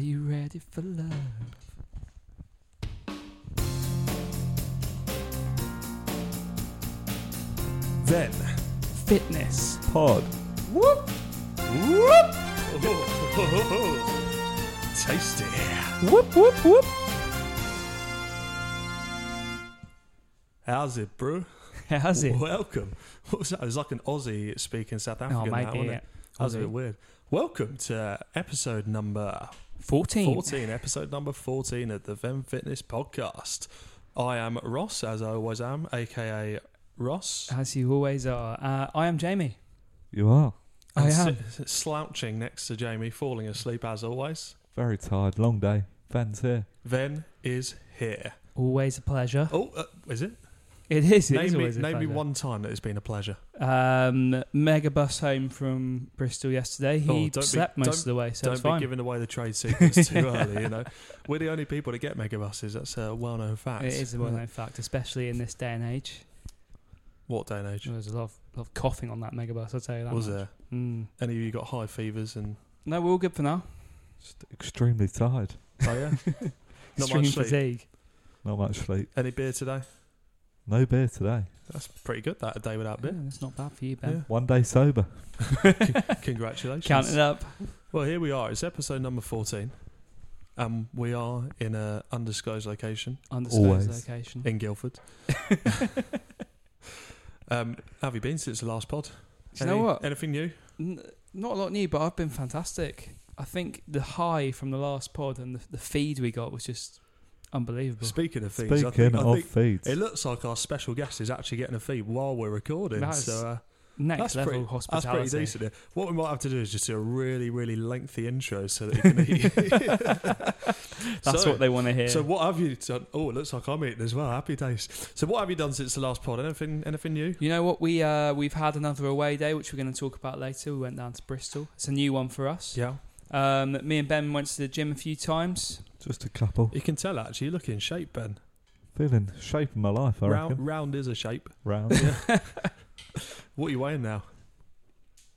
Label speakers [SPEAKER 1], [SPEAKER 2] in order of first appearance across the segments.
[SPEAKER 1] you ready for love?
[SPEAKER 2] Then
[SPEAKER 1] Fitness.
[SPEAKER 2] pod. Whoop whoop. Tasty. Whoop whoop whoop. How's it, bro?
[SPEAKER 1] How's it?
[SPEAKER 2] Welcome. What was that? It was like an Aussie speaking South
[SPEAKER 1] Oh,
[SPEAKER 2] African.
[SPEAKER 1] mate,
[SPEAKER 2] that, wasn't
[SPEAKER 1] yeah.
[SPEAKER 2] it? That was a
[SPEAKER 1] Aussie.
[SPEAKER 2] bit weird. Welcome to episode number
[SPEAKER 1] 14.
[SPEAKER 2] 14, episode number 14 of the Vem Fitness Podcast. I am Ross, as I always am, aka Ross.
[SPEAKER 1] As you always are. Uh, I am Jamie.
[SPEAKER 3] You are
[SPEAKER 1] I
[SPEAKER 2] And
[SPEAKER 1] am.
[SPEAKER 2] s- slouching next to Jamie, falling asleep as always.
[SPEAKER 3] very tired. Long day. Van's here.
[SPEAKER 2] Ven is here.
[SPEAKER 1] Always a pleasure.
[SPEAKER 2] Oh, uh, is it?
[SPEAKER 1] It is. It
[SPEAKER 2] name
[SPEAKER 1] is
[SPEAKER 2] me,
[SPEAKER 1] always a
[SPEAKER 2] name me
[SPEAKER 1] pleasure.
[SPEAKER 2] one time that it's been a pleasure.
[SPEAKER 1] Um, mega bus home from Bristol yesterday.
[SPEAKER 2] Oh,
[SPEAKER 1] He
[SPEAKER 2] don't be-
[SPEAKER 1] slept most
[SPEAKER 2] don't-
[SPEAKER 1] of the way, so
[SPEAKER 2] Don't
[SPEAKER 1] it's
[SPEAKER 2] be
[SPEAKER 1] fine.
[SPEAKER 2] giving away the trade secrets too early, you know. We're the only people that get megabuses. That's a well-known fact.
[SPEAKER 1] it is a well-known fact, especially in this day and age.
[SPEAKER 2] What day and age?
[SPEAKER 1] There was a lot of, lot of coughing on that megabus. I'll tell you that.
[SPEAKER 2] Was
[SPEAKER 1] much.
[SPEAKER 2] there?
[SPEAKER 1] Mm.
[SPEAKER 2] Any of you got high fevers and?
[SPEAKER 1] No, we're all good for now.
[SPEAKER 3] Just extremely tired.
[SPEAKER 2] Oh yeah. Not
[SPEAKER 1] Extreme
[SPEAKER 2] much sleep.
[SPEAKER 1] fatigue.
[SPEAKER 3] Not much sleep.
[SPEAKER 2] Any beer today?
[SPEAKER 3] No beer today.
[SPEAKER 2] That's pretty good. That a day without
[SPEAKER 1] Yeah,
[SPEAKER 2] beer.
[SPEAKER 1] that's not bad for you, Ben.
[SPEAKER 3] One day sober.
[SPEAKER 2] Yeah. Congratulations.
[SPEAKER 1] Count it up.
[SPEAKER 2] Well, here we are. It's episode number fourteen, and we are in a undisclosed location
[SPEAKER 1] Undisclosed
[SPEAKER 3] Always.
[SPEAKER 1] location.
[SPEAKER 2] in Guildford. um, how have you been since the last pod?
[SPEAKER 1] Do you know
[SPEAKER 2] Any-
[SPEAKER 1] what?
[SPEAKER 2] Anything new?
[SPEAKER 1] N- not a lot new, but I've been fantastic. I think the high from the last pod and the, the feed we got was just unbelievable.
[SPEAKER 2] Speaking of things, I think,
[SPEAKER 3] Speaking
[SPEAKER 2] I
[SPEAKER 3] of
[SPEAKER 2] think
[SPEAKER 3] feeds,
[SPEAKER 2] it looks like our special guest is actually getting a feed while we're recording.
[SPEAKER 1] That is
[SPEAKER 2] so uh,
[SPEAKER 1] Next
[SPEAKER 2] that's
[SPEAKER 1] level
[SPEAKER 2] pretty- that's
[SPEAKER 1] hospitality.
[SPEAKER 2] pretty decent. Here. What we might have to do is just do a really, really lengthy intro so that he can eat.
[SPEAKER 1] That's
[SPEAKER 2] So-
[SPEAKER 1] what they want to hear.
[SPEAKER 2] So what have you done? Oh, it looks like I'm eating as well. Happy days. So what have you done since the last pod? Anything? Anything new?
[SPEAKER 1] you know what? We uh, we've had another away day, which we're going to talk about later. We went down to Bristol. It's a new one for us.
[SPEAKER 2] Yeah.
[SPEAKER 1] Um, me and Ben went to the gym a few times.
[SPEAKER 3] just a couple.
[SPEAKER 2] You can tell actually. You look in shape, Ben.
[SPEAKER 3] Feeling shape of my life. I reckon.
[SPEAKER 2] Round, round is a shape.
[SPEAKER 3] Round.
[SPEAKER 2] What are you weighing now?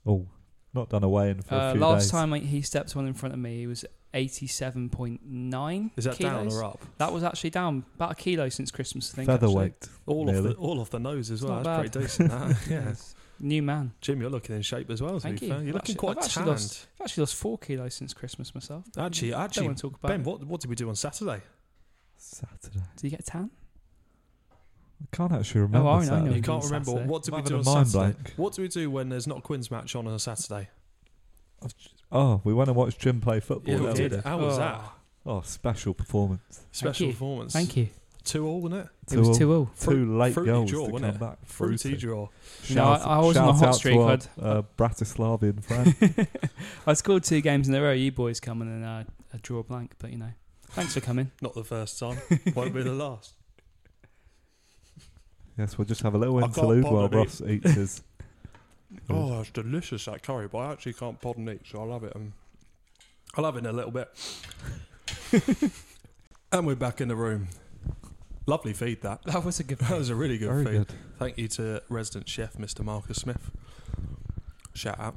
[SPEAKER 3] oh, not done away in for
[SPEAKER 1] Uh,
[SPEAKER 3] a few
[SPEAKER 1] last
[SPEAKER 3] days.
[SPEAKER 1] time like, he stepped one in front of me, he was eighty-seven point nine.
[SPEAKER 2] Is that
[SPEAKER 1] kilos.
[SPEAKER 2] down or up?
[SPEAKER 1] That was actually down about a kilo since Christmas. I think actually.
[SPEAKER 3] Featherweight.
[SPEAKER 2] All off the
[SPEAKER 3] Nearly.
[SPEAKER 2] all off the nose as well.
[SPEAKER 1] not
[SPEAKER 2] That's
[SPEAKER 1] bad.
[SPEAKER 2] pretty decent. that. yeah.
[SPEAKER 1] Yes. New man.
[SPEAKER 2] Jim, you're looking in shape as well. To
[SPEAKER 1] Thank
[SPEAKER 2] be
[SPEAKER 1] you.
[SPEAKER 2] fair, you're
[SPEAKER 1] I've
[SPEAKER 2] looking
[SPEAKER 1] actually-
[SPEAKER 2] quite
[SPEAKER 1] I've actually
[SPEAKER 2] tanned.
[SPEAKER 1] lost- I've actually lost four kilos since Christmas myself.
[SPEAKER 2] Actually,
[SPEAKER 1] don't
[SPEAKER 2] actually,
[SPEAKER 1] want to talk about
[SPEAKER 2] Ben,
[SPEAKER 1] it.
[SPEAKER 2] what what did we do on Saturday?
[SPEAKER 3] Saturday.
[SPEAKER 1] Do you get a tan?
[SPEAKER 3] I can't actually remember.
[SPEAKER 1] Oh, I know, I know.
[SPEAKER 3] Saturday.
[SPEAKER 2] You
[SPEAKER 1] did
[SPEAKER 2] can't
[SPEAKER 1] on
[SPEAKER 2] remember.
[SPEAKER 1] Saturday.
[SPEAKER 2] What did
[SPEAKER 3] I'm
[SPEAKER 2] we do on
[SPEAKER 3] having a mind
[SPEAKER 2] Saturday?
[SPEAKER 3] blank.
[SPEAKER 2] What do we do when there's not a Quinn's match on on a Saturday?
[SPEAKER 3] Oh, we went and watched Jim play football.
[SPEAKER 2] Yeah, we
[SPEAKER 3] that
[SPEAKER 2] did.
[SPEAKER 3] day.
[SPEAKER 2] How was
[SPEAKER 1] Oh.
[SPEAKER 2] that?
[SPEAKER 3] Oh, special performance.
[SPEAKER 2] Special
[SPEAKER 1] you.
[SPEAKER 2] performance.
[SPEAKER 1] Thank you.
[SPEAKER 2] Two all, wasn't it?
[SPEAKER 1] It was 2 0.
[SPEAKER 3] Two late
[SPEAKER 2] fruity
[SPEAKER 3] goals
[SPEAKER 2] draw,
[SPEAKER 3] to
[SPEAKER 2] wasn't
[SPEAKER 3] come
[SPEAKER 2] it?
[SPEAKER 3] back.
[SPEAKER 2] Fruity draw.
[SPEAKER 1] No, I- I was on a
[SPEAKER 3] shout
[SPEAKER 1] hot
[SPEAKER 3] out
[SPEAKER 1] streak,
[SPEAKER 3] To our,
[SPEAKER 1] I'd-
[SPEAKER 3] uh, Bratislavian fan.
[SPEAKER 1] I scored two games in a row. You boys coming and uh, I draw a blank, but you know. Thanks for coming.
[SPEAKER 2] Not the first time. Won't be the last.
[SPEAKER 3] yes, we'll just have a little
[SPEAKER 2] I can't
[SPEAKER 3] interlude
[SPEAKER 2] bother
[SPEAKER 3] while
[SPEAKER 2] to eat.
[SPEAKER 3] Ross eats his.
[SPEAKER 2] Oh, that's delicious that curry, but I actually can't pod and eat, so I'll have it. Um, I'll have it in a little bit. and we're back in the room. Lovely feed that.
[SPEAKER 1] That was a good
[SPEAKER 2] That was a really good
[SPEAKER 3] Very
[SPEAKER 2] feed.
[SPEAKER 3] good.
[SPEAKER 2] Thank you to resident chef Mr. Marcus Smith. Shout out.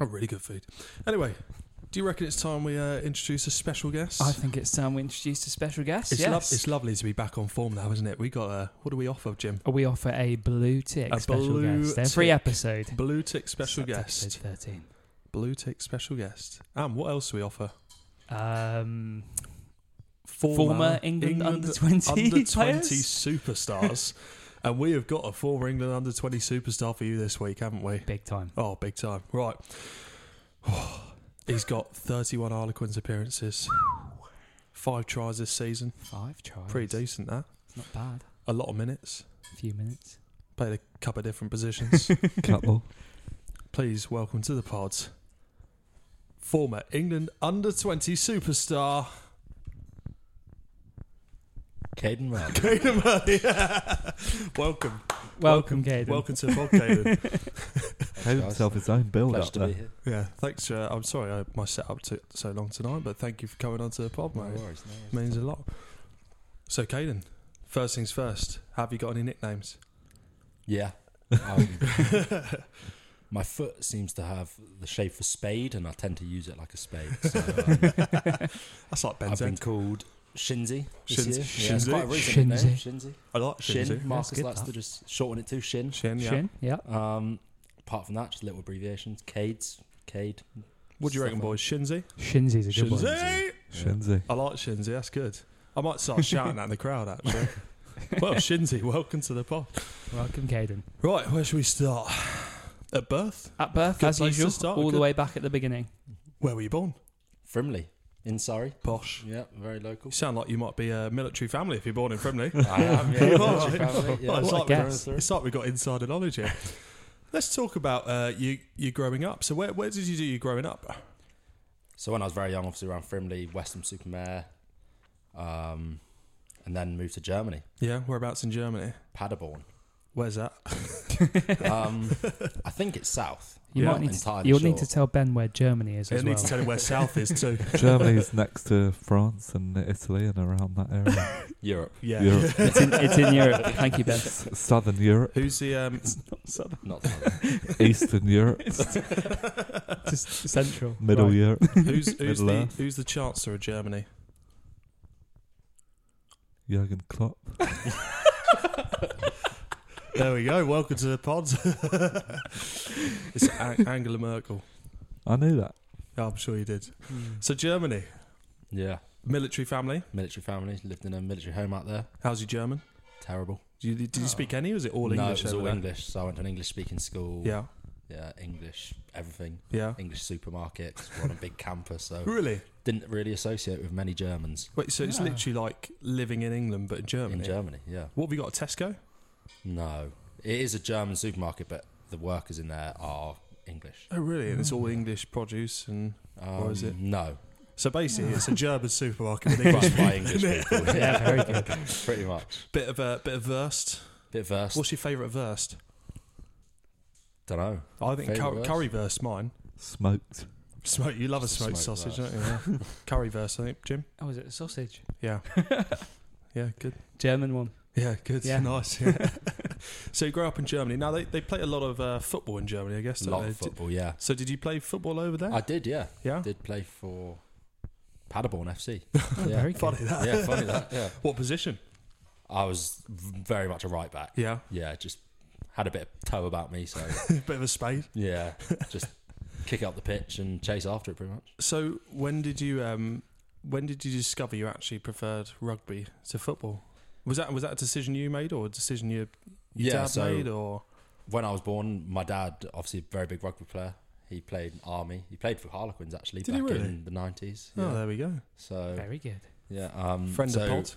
[SPEAKER 2] A really good feed. Anyway, do you reckon it's time we uh, introduce a special guest?
[SPEAKER 1] I think it's time we introduced a special guest.
[SPEAKER 2] it's,
[SPEAKER 1] yes.
[SPEAKER 2] lov- it's lovely to be back on form now, isn't it? We got a what do we offer, Jim?
[SPEAKER 1] we offer a blue tick
[SPEAKER 2] A
[SPEAKER 1] special
[SPEAKER 2] blue
[SPEAKER 1] guest every
[SPEAKER 2] tick
[SPEAKER 1] episode.
[SPEAKER 2] Blue tick special
[SPEAKER 1] That's
[SPEAKER 2] guest.
[SPEAKER 1] Episode 13.
[SPEAKER 2] Blue tick special guest. And what else do we offer?
[SPEAKER 1] Um, former, England, under 20
[SPEAKER 2] under 20
[SPEAKER 1] players.
[SPEAKER 2] superstars. and we have got a former England under 20 superstar for you this week, haven't we?
[SPEAKER 1] Big time.
[SPEAKER 2] Oh, big time. Right. He's got 31 Harlequins appearances, five tries this season.
[SPEAKER 1] Five tries.
[SPEAKER 2] Pretty decent, that.
[SPEAKER 1] Not bad.
[SPEAKER 2] A lot of minutes.
[SPEAKER 1] A few minutes.
[SPEAKER 2] Played a couple of different positions.
[SPEAKER 3] Couple.
[SPEAKER 2] Please welcome to the pods former England under 20 superstar.
[SPEAKER 4] Caden Murray.
[SPEAKER 2] Caden Murray. welcome.
[SPEAKER 1] Welcome, Caden.
[SPEAKER 2] Welcome to the pod, Caden.
[SPEAKER 3] Gave himself his own build
[SPEAKER 4] Pleasure
[SPEAKER 3] up
[SPEAKER 4] to be
[SPEAKER 3] there.
[SPEAKER 4] here.
[SPEAKER 2] yeah, thanks. Uh, I'm sorry I, my setup took so long tonight, but thank you for coming on to the pod,
[SPEAKER 4] No
[SPEAKER 2] mate.
[SPEAKER 4] worries, no worries.
[SPEAKER 2] means a lot. So, Caden, first things first, have you got any nicknames?
[SPEAKER 4] Yeah. Um, My foot seems to have the shape of a spade, and I tend to use it like a spade. So um,
[SPEAKER 2] That's like
[SPEAKER 4] I've
[SPEAKER 2] Ben's
[SPEAKER 4] been
[SPEAKER 2] end.
[SPEAKER 4] called Shinzy. This
[SPEAKER 2] Shinzy.
[SPEAKER 4] year. Yeah, it's
[SPEAKER 2] Shinzy.
[SPEAKER 4] quite a recent name.
[SPEAKER 1] Shinzy.
[SPEAKER 4] Shinzy.
[SPEAKER 2] I like
[SPEAKER 4] Shin.
[SPEAKER 2] Shin.
[SPEAKER 4] Marcus
[SPEAKER 1] good,
[SPEAKER 4] likes
[SPEAKER 1] that.
[SPEAKER 4] to just shorten it to Shin.
[SPEAKER 2] Shin, yeah.
[SPEAKER 1] Shin, yeah.
[SPEAKER 4] Um, apart from that, just little abbreviations. Cades. Cade.
[SPEAKER 2] What do you
[SPEAKER 4] Stuff
[SPEAKER 2] reckon,
[SPEAKER 4] like-
[SPEAKER 2] boys? Shinzy?
[SPEAKER 1] Shinzy's a good one.
[SPEAKER 2] Shinzy!
[SPEAKER 3] Shinzy.
[SPEAKER 2] I like Shinzy, that's good. I might start shouting that in the crowd, actually. well, Shinzy, welcome to the pod.
[SPEAKER 1] Welcome, Caden.
[SPEAKER 2] Right, where should we start? At birth?
[SPEAKER 1] At birth,
[SPEAKER 2] Good
[SPEAKER 1] as
[SPEAKER 2] place to
[SPEAKER 1] usual,
[SPEAKER 2] start,
[SPEAKER 1] all the
[SPEAKER 2] good.
[SPEAKER 1] way back at the beginning.
[SPEAKER 2] Where were you born?
[SPEAKER 4] Frimley. In Surrey.
[SPEAKER 2] Posh.
[SPEAKER 4] Yeah, very local.
[SPEAKER 2] You sound like you might be a military family if you're born in Frimley.
[SPEAKER 4] I am, yeah.
[SPEAKER 2] You are,
[SPEAKER 4] military
[SPEAKER 2] right?
[SPEAKER 4] family, yeah.
[SPEAKER 2] Well, it's,
[SPEAKER 1] What a
[SPEAKER 2] like we're-
[SPEAKER 1] guess.
[SPEAKER 2] it's like we got insider knowledge here. Let's talk about uh, you you growing up. So where, where did you do your growing up?
[SPEAKER 4] So when I was very young, obviously around Frimley, Westham Supermare, um, and then moved to Germany,
[SPEAKER 2] Yeah, whereabouts in Germany?
[SPEAKER 4] Paderborn.
[SPEAKER 2] Where's that?
[SPEAKER 4] Um, I think it's south.
[SPEAKER 1] You
[SPEAKER 4] I'm
[SPEAKER 1] might
[SPEAKER 4] not
[SPEAKER 1] need to,
[SPEAKER 4] entirely
[SPEAKER 1] you'll need
[SPEAKER 4] sure.
[SPEAKER 1] to tell Ben where Germany is
[SPEAKER 2] I
[SPEAKER 1] as
[SPEAKER 2] need
[SPEAKER 1] well.
[SPEAKER 2] to tell him where South is too.
[SPEAKER 3] Germany's next to France and Italy and around that area.
[SPEAKER 4] Europe,
[SPEAKER 2] Yeah.
[SPEAKER 3] Europe.
[SPEAKER 1] it's, in, it's in Europe. Thank you, Ben.
[SPEAKER 3] S- Southern Europe,
[SPEAKER 2] Who's the um?
[SPEAKER 4] not southern.
[SPEAKER 3] Eastern Europe,
[SPEAKER 1] Just central.
[SPEAKER 3] Middle
[SPEAKER 1] Right.
[SPEAKER 3] Europe.
[SPEAKER 2] Who's who's
[SPEAKER 3] Middle
[SPEAKER 2] the
[SPEAKER 3] Earth.
[SPEAKER 2] who's the Chancellor of Germany?
[SPEAKER 3] Jurgen Klopp.
[SPEAKER 2] There we go. Welcome to the pods. it's An- Angela Merkel.
[SPEAKER 3] I knew that.
[SPEAKER 2] Yeah, I'm sure you did.
[SPEAKER 1] Mm.
[SPEAKER 2] So Germany,
[SPEAKER 4] Yeah,
[SPEAKER 2] military family.
[SPEAKER 4] military family. Lived in a military home out there.
[SPEAKER 2] How's your German?
[SPEAKER 4] Terrible.
[SPEAKER 2] Did you, did you
[SPEAKER 1] Oh.
[SPEAKER 2] speak any? Or was it all
[SPEAKER 4] no,
[SPEAKER 2] English?
[SPEAKER 4] it was all
[SPEAKER 2] over there?
[SPEAKER 4] English. So I went to an English-speaking school.
[SPEAKER 2] Yeah.
[SPEAKER 4] yeah, English, everything.
[SPEAKER 2] Yeah.
[SPEAKER 4] English supermarket. 'cause We're on a big campus, so
[SPEAKER 2] Really?
[SPEAKER 4] didn't really associate with many Germans
[SPEAKER 2] Wait, so it's
[SPEAKER 1] Yeah.
[SPEAKER 2] literally like living in England but in Germany.
[SPEAKER 4] in Germany. Yeah,
[SPEAKER 2] What have you got? A Tesco?
[SPEAKER 4] no, it is a German supermarket, but the workers in there are English.
[SPEAKER 2] Oh, really? And it's all English produce and
[SPEAKER 4] Um,
[SPEAKER 2] is it?
[SPEAKER 4] No,
[SPEAKER 2] so basically, it's a German supermarket. with
[SPEAKER 4] English
[SPEAKER 2] English
[SPEAKER 4] by
[SPEAKER 2] people.
[SPEAKER 4] English people.
[SPEAKER 1] Yeah, very good.
[SPEAKER 4] Pretty much.
[SPEAKER 2] bit of a bit of Verst.
[SPEAKER 4] Bit versed.
[SPEAKER 2] What's your favourite Verst?
[SPEAKER 4] Don't know.
[SPEAKER 2] I think
[SPEAKER 4] Favourite
[SPEAKER 2] cur-
[SPEAKER 4] Wurst?
[SPEAKER 2] curry Verst. Mine.
[SPEAKER 3] Smoked.
[SPEAKER 2] Smoke. You love a
[SPEAKER 4] Just a
[SPEAKER 2] smoked
[SPEAKER 4] smoked
[SPEAKER 2] sausage,
[SPEAKER 4] Wurst.
[SPEAKER 2] don't you? Yeah. curry Verst. I think Jim.
[SPEAKER 1] Oh, is it a sausage?
[SPEAKER 2] Yeah. yeah. Good.
[SPEAKER 1] German one.
[SPEAKER 2] Yeah. Good.
[SPEAKER 1] Yeah.
[SPEAKER 2] Nice. Yeah. so you grew up in Germany. Now they, they play a lot of uh, football in Germany, I guess.
[SPEAKER 4] A
[SPEAKER 2] don't
[SPEAKER 4] lot
[SPEAKER 2] they?
[SPEAKER 4] of
[SPEAKER 2] Did-
[SPEAKER 4] football. Yeah,
[SPEAKER 2] So did you play football over there?
[SPEAKER 4] I did. Yeah,
[SPEAKER 2] yeah.
[SPEAKER 4] did play for Paderborn FC. yeah.
[SPEAKER 1] Very good.
[SPEAKER 2] Funny that.
[SPEAKER 4] yeah, funny that. Yeah,
[SPEAKER 2] What position?
[SPEAKER 4] I was v- very much a right back.
[SPEAKER 2] Yeah.
[SPEAKER 4] Yeah, just had a bit of toe about me, so
[SPEAKER 2] bit of a spade.
[SPEAKER 4] yeah, just kick up the pitch and chase after it pretty much.
[SPEAKER 2] So when did you um when did you discover you actually preferred rugby to football? Was that was that a decision you made or a decision your, your
[SPEAKER 4] Yeah,
[SPEAKER 2] dad
[SPEAKER 4] so-
[SPEAKER 2] made or
[SPEAKER 4] When I was born, my dad, obviously a very big rugby player, he played in army. He played for Harlequins actually
[SPEAKER 2] Did he
[SPEAKER 4] back
[SPEAKER 2] really?
[SPEAKER 4] in the nineties.
[SPEAKER 2] Oh, there we go.
[SPEAKER 4] So
[SPEAKER 1] Very good.
[SPEAKER 4] yeah, um,
[SPEAKER 2] Friend
[SPEAKER 4] so
[SPEAKER 2] of Pod.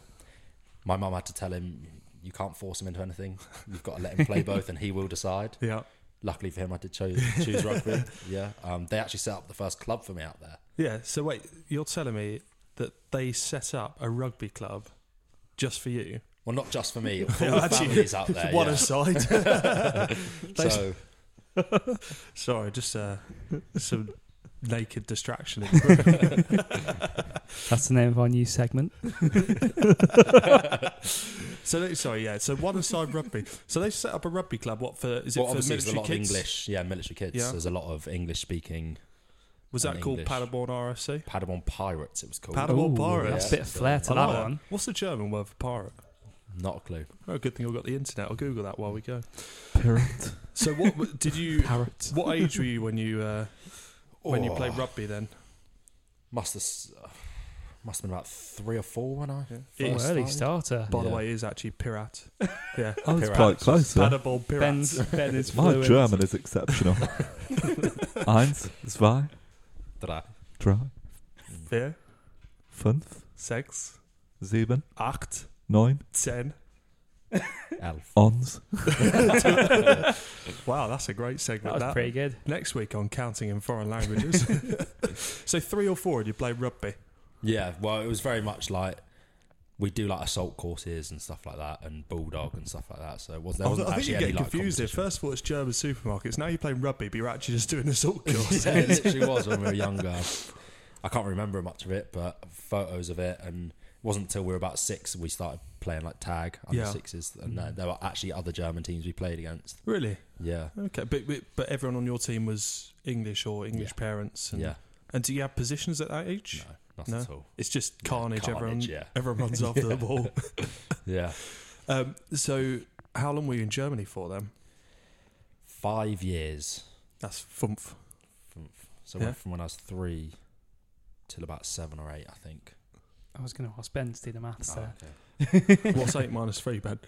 [SPEAKER 4] My mum had to tell him you can't force him into anything. You've got to let him play both, and he will decide.
[SPEAKER 2] Yeah.
[SPEAKER 4] Luckily for him, I did cho- choose rugby. Yeah, um, they actually set up the first club for me out there.
[SPEAKER 2] Yeah, so wait, you're telling me that they set up a rugby club just for you?
[SPEAKER 4] Well, not just for me, for all
[SPEAKER 2] Yeah,
[SPEAKER 4] the
[SPEAKER 2] actually,
[SPEAKER 4] families out there.
[SPEAKER 2] One
[SPEAKER 4] yeah.
[SPEAKER 2] aside. They-
[SPEAKER 4] so
[SPEAKER 2] Sorry, just uh, some naked distraction. in the room.
[SPEAKER 1] That's the name of our new segment.
[SPEAKER 2] so they- sorry, yeah. So one aside rugby. So they set up a rugby club. What for? Is it
[SPEAKER 4] well,
[SPEAKER 2] for
[SPEAKER 4] obviously, there's a
[SPEAKER 2] military
[SPEAKER 4] lot
[SPEAKER 2] kids?
[SPEAKER 4] of English. Yeah, military kids.
[SPEAKER 2] Yeah.
[SPEAKER 4] There's a lot of English speaking
[SPEAKER 2] Was that
[SPEAKER 4] and
[SPEAKER 2] called
[SPEAKER 4] English.
[SPEAKER 2] Paderborn RFC?
[SPEAKER 4] Paderborn Pirates. It was called.
[SPEAKER 2] Paderborn- Double bar,
[SPEAKER 1] that's
[SPEAKER 4] yeah.
[SPEAKER 1] a bit of flair to
[SPEAKER 2] I
[SPEAKER 1] that
[SPEAKER 2] like
[SPEAKER 1] one.
[SPEAKER 2] What's the German word for pirate?
[SPEAKER 4] Not a clue.
[SPEAKER 2] Oh, good thing I've got the internet. I'll Google that while we go.
[SPEAKER 3] Pirate.
[SPEAKER 2] So, what w- did you?
[SPEAKER 1] Parrot.
[SPEAKER 2] What age were you when you uh, when you
[SPEAKER 4] Oh,
[SPEAKER 2] played rugby? Then
[SPEAKER 4] must have s- uh, must have been about three or four when I.
[SPEAKER 1] Oh,
[SPEAKER 2] It-
[SPEAKER 4] First
[SPEAKER 1] early
[SPEAKER 4] time.
[SPEAKER 1] starter.
[SPEAKER 2] by the
[SPEAKER 4] Yeah.
[SPEAKER 2] way, it is actually pirate. Yeah,
[SPEAKER 3] I was
[SPEAKER 4] Pirates.
[SPEAKER 3] quite close there.
[SPEAKER 2] Paderborn pirate.
[SPEAKER 1] Ben's, ben is
[SPEAKER 3] My
[SPEAKER 1] fluent.
[SPEAKER 3] German is exceptional. Eins, zwei,
[SPEAKER 4] Did I?
[SPEAKER 3] drei,
[SPEAKER 2] Vier,
[SPEAKER 3] fünf,
[SPEAKER 2] sechs,
[SPEAKER 3] sieben,
[SPEAKER 2] acht,
[SPEAKER 3] neun,
[SPEAKER 2] ten.
[SPEAKER 4] Elf.
[SPEAKER 3] ons.
[SPEAKER 2] wow, that's a great segment.
[SPEAKER 1] That was
[SPEAKER 2] that.
[SPEAKER 1] pretty good.
[SPEAKER 2] Next week on counting in foreign languages. so three or four, and you played rugby.
[SPEAKER 4] Yeah. Well, it was very much like. We do like assault courses and stuff like that, and bulldog and stuff like that. So it was there
[SPEAKER 2] I,
[SPEAKER 4] wasn't
[SPEAKER 2] I think
[SPEAKER 4] actually
[SPEAKER 2] you
[SPEAKER 4] any
[SPEAKER 2] get
[SPEAKER 4] like
[SPEAKER 2] confused here.
[SPEAKER 4] competition.
[SPEAKER 2] First of all, it's German supermarkets. Now you're playing rugby, but you're actually just doing assault course.
[SPEAKER 4] yeah, it literally was when we were younger. I can't remember much of it, but photos of it, and it wasn't until we were about six we started playing like tag under
[SPEAKER 2] Yeah.
[SPEAKER 4] sixes, and uh, there were actually other German teams we played against.
[SPEAKER 2] Really?
[SPEAKER 4] Yeah,
[SPEAKER 2] Okay, but, but but everyone on your team was English or English
[SPEAKER 4] Yeah.
[SPEAKER 2] parents. And,
[SPEAKER 4] yeah,
[SPEAKER 2] And do you have positions at that age?
[SPEAKER 4] no, not
[SPEAKER 2] No.
[SPEAKER 4] at all.
[SPEAKER 2] It's just
[SPEAKER 4] Yeah,
[SPEAKER 2] carnage. everyone,
[SPEAKER 4] carnage, yeah.
[SPEAKER 2] everyone runs off the ball.
[SPEAKER 4] Yeah,
[SPEAKER 2] Um, so, how long were you in Germany for then?
[SPEAKER 4] five years.
[SPEAKER 2] That's fumf.
[SPEAKER 4] From, so
[SPEAKER 2] Yeah.
[SPEAKER 4] went from when I was three till about seven or eight, I think.
[SPEAKER 1] I was going to ask Ben to do the maths
[SPEAKER 4] Oh,
[SPEAKER 1] there.
[SPEAKER 4] okay.
[SPEAKER 2] What's eight minus three, Ben?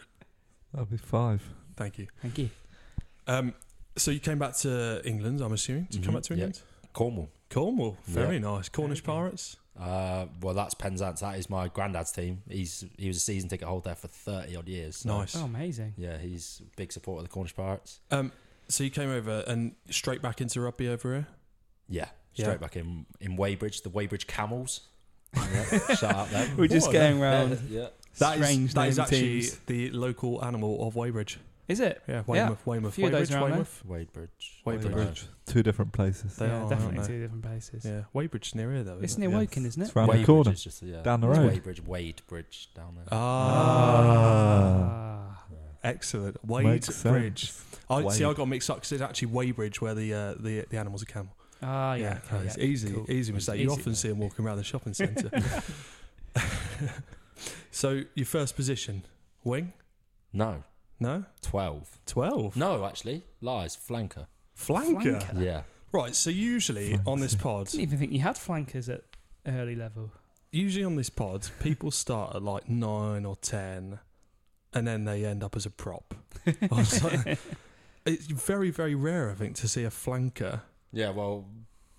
[SPEAKER 3] That'll be five.
[SPEAKER 2] Thank you.
[SPEAKER 1] Thank you.
[SPEAKER 2] Um, so you came back to England, I'm assuming. Did you come
[SPEAKER 4] Mhm,
[SPEAKER 2] back to
[SPEAKER 4] yeah.
[SPEAKER 2] England?
[SPEAKER 4] Cornwall.
[SPEAKER 2] Cornwall, very
[SPEAKER 4] Yeah.
[SPEAKER 2] nice. Cornish
[SPEAKER 1] Very
[SPEAKER 2] Pirates.
[SPEAKER 4] Uh, well, that's Penzance. That is my granddad's team. He's he was a season ticket holder for thirty odd years. so-
[SPEAKER 2] Nice.
[SPEAKER 1] Oh, amazing.
[SPEAKER 4] Yeah, he's a big supporter of the Cornish Pirates.
[SPEAKER 2] Um, so you came over and straight back into rugby over here.
[SPEAKER 4] Yeah,
[SPEAKER 2] Yeah.
[SPEAKER 4] straight back in in Weybridge, the Weybridge Camels. Yeah, shout out them.
[SPEAKER 1] We're just
[SPEAKER 2] What?
[SPEAKER 1] going
[SPEAKER 4] Yeah,
[SPEAKER 1] round
[SPEAKER 4] yeah.
[SPEAKER 2] That is-
[SPEAKER 1] strange
[SPEAKER 2] that is
[SPEAKER 1] name
[SPEAKER 2] actually
[SPEAKER 1] teams.
[SPEAKER 2] the local animal of Weybridge.
[SPEAKER 1] Is it?
[SPEAKER 2] Yeah,
[SPEAKER 1] Yeah.
[SPEAKER 2] Weymouth, Weymouth,
[SPEAKER 1] Few of those
[SPEAKER 2] Weybridge,
[SPEAKER 1] around there.
[SPEAKER 2] Weymouth.
[SPEAKER 4] Weybridge.
[SPEAKER 2] Weybridge.
[SPEAKER 4] Dunno.
[SPEAKER 3] Two different places.
[SPEAKER 2] They
[SPEAKER 1] yeah,
[SPEAKER 2] are,
[SPEAKER 1] definitely
[SPEAKER 2] aren't they?
[SPEAKER 1] two different places.
[SPEAKER 2] Yeah, Weybridge near here though.
[SPEAKER 1] It's
[SPEAKER 2] isn't
[SPEAKER 1] near
[SPEAKER 2] it?
[SPEAKER 3] Yeah.
[SPEAKER 1] Woking, isn't it?
[SPEAKER 3] It's round the
[SPEAKER 4] Weybridge
[SPEAKER 3] corner.
[SPEAKER 4] is just, yeah,
[SPEAKER 3] Down the
[SPEAKER 4] it's
[SPEAKER 3] road.
[SPEAKER 4] Weybridge, Wade Bridge down there.
[SPEAKER 2] Ah,
[SPEAKER 1] Ah.
[SPEAKER 2] excellent. Wade
[SPEAKER 3] Makes
[SPEAKER 2] Bridge.
[SPEAKER 3] sense.
[SPEAKER 2] I see. I
[SPEAKER 3] Wade.
[SPEAKER 2] got mixed up because it's actually Weybridge where the uh, the the animals are camel.
[SPEAKER 1] Ah, yeah.
[SPEAKER 2] no,
[SPEAKER 1] okay,
[SPEAKER 2] it's
[SPEAKER 1] yeah,
[SPEAKER 2] easy,
[SPEAKER 1] cool.
[SPEAKER 2] easy mistake. You
[SPEAKER 1] Easy.
[SPEAKER 2] often see them walking around the shopping centre. so your first position, wing?
[SPEAKER 4] No,
[SPEAKER 2] No,
[SPEAKER 4] twelve.
[SPEAKER 2] twelve.
[SPEAKER 4] No, actually, lies flanker.
[SPEAKER 2] Flanker.
[SPEAKER 1] Flanker.
[SPEAKER 4] Yeah,
[SPEAKER 2] Right. So usually on this pod,
[SPEAKER 1] didn't even think you had flankers at early level.
[SPEAKER 2] usually on this pod, people start at like nine or ten, and then they end up as a prop. I was like- it's very, very rare, I think, to see a flanker.
[SPEAKER 4] yeah. Well,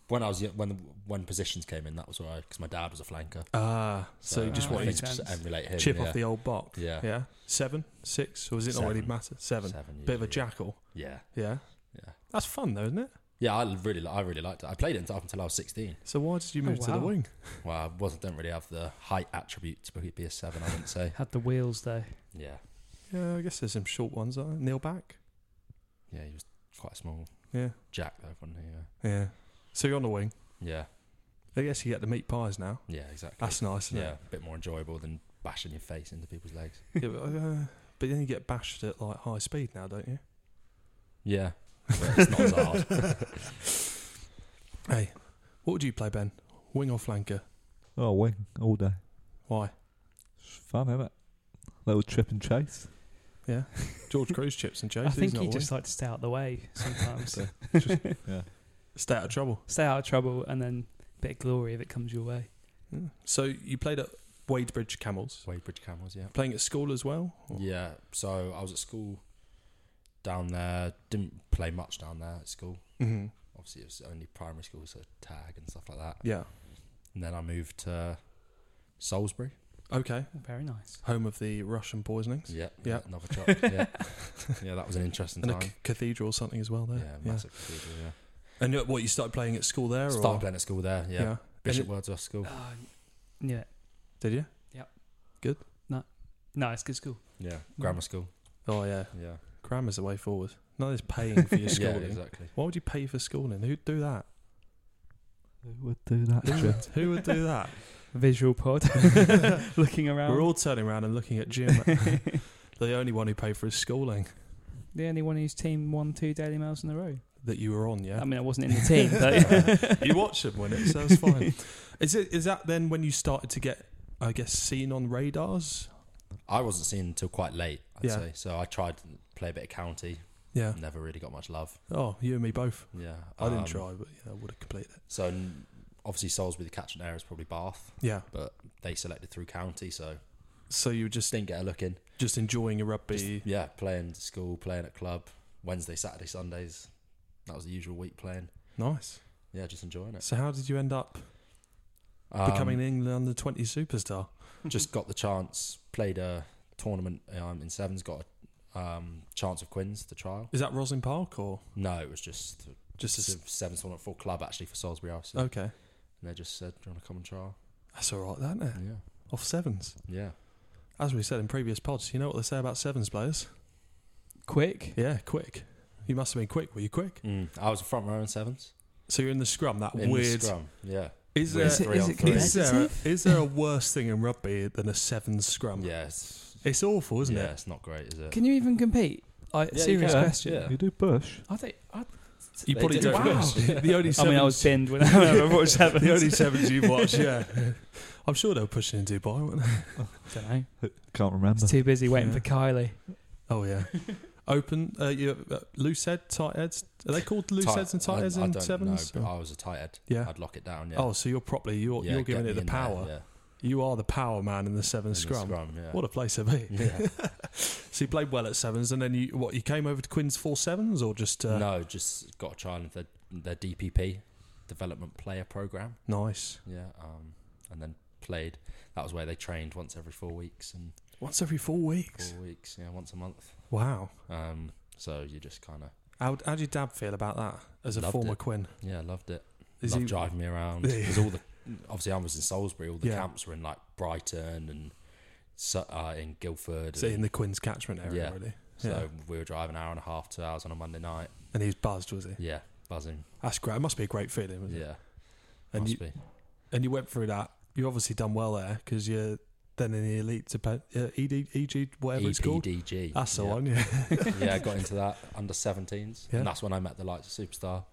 [SPEAKER 4] when I was y- when when positions came in, that was why because my dad was a flanker.
[SPEAKER 2] Ah, so, you just
[SPEAKER 1] Ah,
[SPEAKER 2] want
[SPEAKER 1] makes
[SPEAKER 2] to
[SPEAKER 1] sense.
[SPEAKER 4] to emulate him.
[SPEAKER 2] chip
[SPEAKER 4] yeah.
[SPEAKER 2] off the old box.
[SPEAKER 4] yeah.
[SPEAKER 2] Yeah, seven, six, or is it not really
[SPEAKER 4] Seven.
[SPEAKER 2] matter? Seven.
[SPEAKER 4] years,
[SPEAKER 2] Bit of a
[SPEAKER 4] yeah.
[SPEAKER 2] jackal.
[SPEAKER 4] Yeah,
[SPEAKER 2] Yeah.
[SPEAKER 4] yeah,
[SPEAKER 2] That's fun though, isn't it?
[SPEAKER 4] yeah. I really, li- I really liked it. I played it up until I was sixteen.
[SPEAKER 2] So why did you
[SPEAKER 1] Oh,
[SPEAKER 2] move to the
[SPEAKER 1] wow.
[SPEAKER 2] wing?
[SPEAKER 4] Well, I wasn't don't really have the height attribute to be- be a seven. I wouldn't say.
[SPEAKER 1] Had the wheels though.
[SPEAKER 4] Yeah,
[SPEAKER 2] Yeah, I guess there's some short ones, are there? Kneel back.
[SPEAKER 4] yeah. He was quite small.
[SPEAKER 2] Yeah.
[SPEAKER 4] Jack though, wasn't he?
[SPEAKER 2] Yeah. So you're on the wing.
[SPEAKER 4] Yeah,
[SPEAKER 2] I guess you get the meat pies now.
[SPEAKER 4] yeah, yeah exactly.
[SPEAKER 2] That's nice, isn't
[SPEAKER 4] yeah, a bit more enjoyable than bashing your face into people's legs.
[SPEAKER 2] it? Yeah, but, uh, but then you get bashed at like high speed now, don't you?
[SPEAKER 4] Yeah, but it's not as hard.
[SPEAKER 2] Hey, what would you play, Ben? Wing or flanker?
[SPEAKER 3] Oh, wing all day.
[SPEAKER 2] Why?
[SPEAKER 3] It's fun, isn't it? Little chip and chase.
[SPEAKER 2] Yeah. George Cruz chips and chase.
[SPEAKER 1] I think
[SPEAKER 2] he's
[SPEAKER 1] you
[SPEAKER 2] not
[SPEAKER 1] just
[SPEAKER 2] just
[SPEAKER 1] like to stay out the way sometimes.
[SPEAKER 3] Just, yeah.
[SPEAKER 2] stay out of trouble.
[SPEAKER 1] stay out of trouble and then a bit of glory if it comes your way.
[SPEAKER 2] Yeah. So you played at Wadebridge Camels.
[SPEAKER 4] Weybridge Camels, yeah.
[SPEAKER 2] Playing at school as well?
[SPEAKER 4] Yeah, so I was at school down there. Didn't play much down there at school.
[SPEAKER 2] hmm
[SPEAKER 4] Obviously, it was only primary school, so tag and stuff like that.
[SPEAKER 2] Yeah.
[SPEAKER 4] And then I moved to Salisbury.
[SPEAKER 2] Okay.
[SPEAKER 1] Oh, Very nice.
[SPEAKER 2] Home of the Russian poisonings.
[SPEAKER 4] Yeah,
[SPEAKER 2] Yeah.
[SPEAKER 4] another chop. Yeah, yeah, that was an interesting
[SPEAKER 2] And a
[SPEAKER 4] time.
[SPEAKER 2] c- cathedral or something as well there.
[SPEAKER 4] Yeah, massive cathedral. Yeah,
[SPEAKER 2] And you- what you started playing at school there?
[SPEAKER 4] started
[SPEAKER 2] or?
[SPEAKER 4] playing at school there. Yeah, Bishop
[SPEAKER 2] And
[SPEAKER 4] Wordsworth School.
[SPEAKER 1] Uh, yeah.
[SPEAKER 2] it- did you?
[SPEAKER 1] No, it's good school.
[SPEAKER 4] Yeah, grammar school.
[SPEAKER 2] Oh yeah,
[SPEAKER 4] Yeah,
[SPEAKER 2] grammar's the way forward. None of this paying for your
[SPEAKER 4] yeah,
[SPEAKER 2] schooling.
[SPEAKER 4] exactly.
[SPEAKER 2] Why would you pay for schooling? Who'd do that?
[SPEAKER 3] Who would do that?
[SPEAKER 2] Who
[SPEAKER 3] Jim?
[SPEAKER 2] would- Who would do that?
[SPEAKER 1] Visual pod. Looking around.
[SPEAKER 2] We're all turning around and looking at Jim, the only one who paid for his schooling
[SPEAKER 1] the only one whose team won two Daily Mails in a row.
[SPEAKER 2] that you were on. Yeah,
[SPEAKER 4] Um,
[SPEAKER 1] I mean, I wasn't in the team, but
[SPEAKER 2] you watched him win it, so it's fine. Is it? Is that then when you started to get, I guess, seen on radars?
[SPEAKER 4] I wasn't seen until quite late. I'd
[SPEAKER 2] Yeah.
[SPEAKER 4] say so. I tried to play a bit of county.
[SPEAKER 2] Yeah.
[SPEAKER 4] Never really got much love.
[SPEAKER 2] Oh, you and me both.
[SPEAKER 4] Yeah,
[SPEAKER 2] I didn't
[SPEAKER 4] um,
[SPEAKER 2] try, but yeah, I would have completed it.
[SPEAKER 4] So n- obviously Salisbury, the catchment area is probably Bath,
[SPEAKER 2] Yeah.
[SPEAKER 4] but they selected through county, so
[SPEAKER 2] So you were
[SPEAKER 4] just
[SPEAKER 2] just
[SPEAKER 4] didn't get a look in.
[SPEAKER 2] just enjoying your rugby.
[SPEAKER 4] Just, yeah, playing at school, playing at club, Wednesday, Saturday, Sundays. That was the usual week playing.
[SPEAKER 2] Nice.
[SPEAKER 4] Yeah, just enjoying it.
[SPEAKER 2] So how did you end up
[SPEAKER 4] Um,
[SPEAKER 2] becoming an England under twenty superstar?
[SPEAKER 4] just got the chance, played a tournament um, in sevens, got a um, chance of Quins the trial.
[SPEAKER 2] Is that Roslyn Park or
[SPEAKER 4] No, it was just
[SPEAKER 2] just a
[SPEAKER 4] just
[SPEAKER 2] s- Oh.
[SPEAKER 4] a sevens tournament for club actually for Salisbury Arsenal.
[SPEAKER 2] okay?
[SPEAKER 4] And they just said, "Do you want to come and trial?"
[SPEAKER 2] That's all right, isn't it?
[SPEAKER 4] Yeah,
[SPEAKER 2] Off sevens,
[SPEAKER 4] yeah.
[SPEAKER 2] as we said in previous pods. You know what they say about sevens players?
[SPEAKER 1] quick.
[SPEAKER 2] Yeah, quick. You must have been quick. Were you quick?
[SPEAKER 4] Mm. I was a front row in sevens.
[SPEAKER 2] So you're in the scrum, that
[SPEAKER 4] In the
[SPEAKER 2] weird
[SPEAKER 4] scrum. Yeah,
[SPEAKER 2] Is there,
[SPEAKER 4] We're
[SPEAKER 1] Is it-
[SPEAKER 4] three
[SPEAKER 1] is
[SPEAKER 4] on
[SPEAKER 1] it
[SPEAKER 4] three.
[SPEAKER 2] is, there,
[SPEAKER 1] Competitive?
[SPEAKER 2] is there a worse thing in rugby than a seven scrum?
[SPEAKER 4] Yes.
[SPEAKER 2] It's awful, isn't
[SPEAKER 4] yeah,
[SPEAKER 2] it?
[SPEAKER 4] it's not great, is it?
[SPEAKER 1] Can you even compete? Like,
[SPEAKER 4] Yeah, you
[SPEAKER 1] serious
[SPEAKER 4] can,
[SPEAKER 1] question.
[SPEAKER 4] yeah.
[SPEAKER 3] You do Bush.
[SPEAKER 1] I think. I,
[SPEAKER 2] You
[SPEAKER 4] They
[SPEAKER 2] probably
[SPEAKER 4] do.
[SPEAKER 2] don't.
[SPEAKER 1] Wow.
[SPEAKER 2] The only
[SPEAKER 1] I
[SPEAKER 2] sevens,
[SPEAKER 1] mean, I was binned when I watched Sevens.
[SPEAKER 2] the only sevens you watch, yeah. I'm sure they were pushing in Dubai, weren't they?
[SPEAKER 1] don't know.
[SPEAKER 3] Can't remember.
[SPEAKER 1] It's too busy waiting
[SPEAKER 2] Yeah.
[SPEAKER 1] for Kylie.
[SPEAKER 2] Oh yeah. Open, uh, you, uh, loose head, tight heads. Are they called loose
[SPEAKER 4] Tight-
[SPEAKER 2] heads and tight
[SPEAKER 4] I-
[SPEAKER 2] heads
[SPEAKER 4] I
[SPEAKER 2] in
[SPEAKER 4] don't
[SPEAKER 2] sevens?
[SPEAKER 4] Know, but I was a tight head.
[SPEAKER 2] Yeah.
[SPEAKER 4] I'd lock it down. Yeah.
[SPEAKER 2] Oh, so you're properly you're
[SPEAKER 4] Yeah,
[SPEAKER 2] you're
[SPEAKER 4] get
[SPEAKER 2] giving
[SPEAKER 4] me
[SPEAKER 2] it the
[SPEAKER 4] in there,
[SPEAKER 2] power.
[SPEAKER 4] yeah.
[SPEAKER 2] You are the power man in the seven
[SPEAKER 4] In the
[SPEAKER 2] scrum.
[SPEAKER 4] yeah.
[SPEAKER 2] What a place to be.
[SPEAKER 4] Yeah.
[SPEAKER 2] So you played well at sevens, and then you what? You came over to Quinn's four sevens, or just uh,
[SPEAKER 4] no, just got a trial of their, their DPP, Development Player Program.
[SPEAKER 2] nice?
[SPEAKER 4] Yeah. Um, and then played. That was where they trained once every four weeks and
[SPEAKER 2] Once every four weeks.
[SPEAKER 4] four weeks, yeah, once a month.
[SPEAKER 2] Wow.
[SPEAKER 4] Um, so you just kind of,
[SPEAKER 2] How how did your dad feel about that as a
[SPEAKER 4] Loved
[SPEAKER 2] former
[SPEAKER 4] it.
[SPEAKER 2] Quinn?
[SPEAKER 4] yeah, loved it.
[SPEAKER 2] Is
[SPEAKER 4] Loved
[SPEAKER 2] he-
[SPEAKER 4] driving me around.
[SPEAKER 2] Yeah.
[SPEAKER 4] 'Cause all the, obviously, I was in Salisbury. All the
[SPEAKER 2] Yeah.
[SPEAKER 4] camps were in like Brighton and Su- uh, in Guildford.
[SPEAKER 2] So
[SPEAKER 4] and-
[SPEAKER 2] in the Quinn's catchment area,
[SPEAKER 4] Yeah.
[SPEAKER 2] really.
[SPEAKER 4] so
[SPEAKER 2] yeah.
[SPEAKER 4] we were driving an hour and a half, two hours on a Monday night.
[SPEAKER 2] And he was buzzed, was he?
[SPEAKER 4] Yeah, buzzing.
[SPEAKER 2] That's great. It must be a great feeling. Wasn't it?
[SPEAKER 4] Yeah,
[SPEAKER 2] And
[SPEAKER 4] must
[SPEAKER 2] you
[SPEAKER 4] be.
[SPEAKER 2] and you went through that. You obviously done well there because you're then in the elite to pay, uh, ED, EG whatever it's called.
[SPEAKER 4] EPDG.
[SPEAKER 2] That's the
[SPEAKER 4] E yeah.
[SPEAKER 2] one. Yeah.
[SPEAKER 4] yeah, I got into that under 17s,
[SPEAKER 2] Yeah.
[SPEAKER 4] and that's when I met the likes of superstar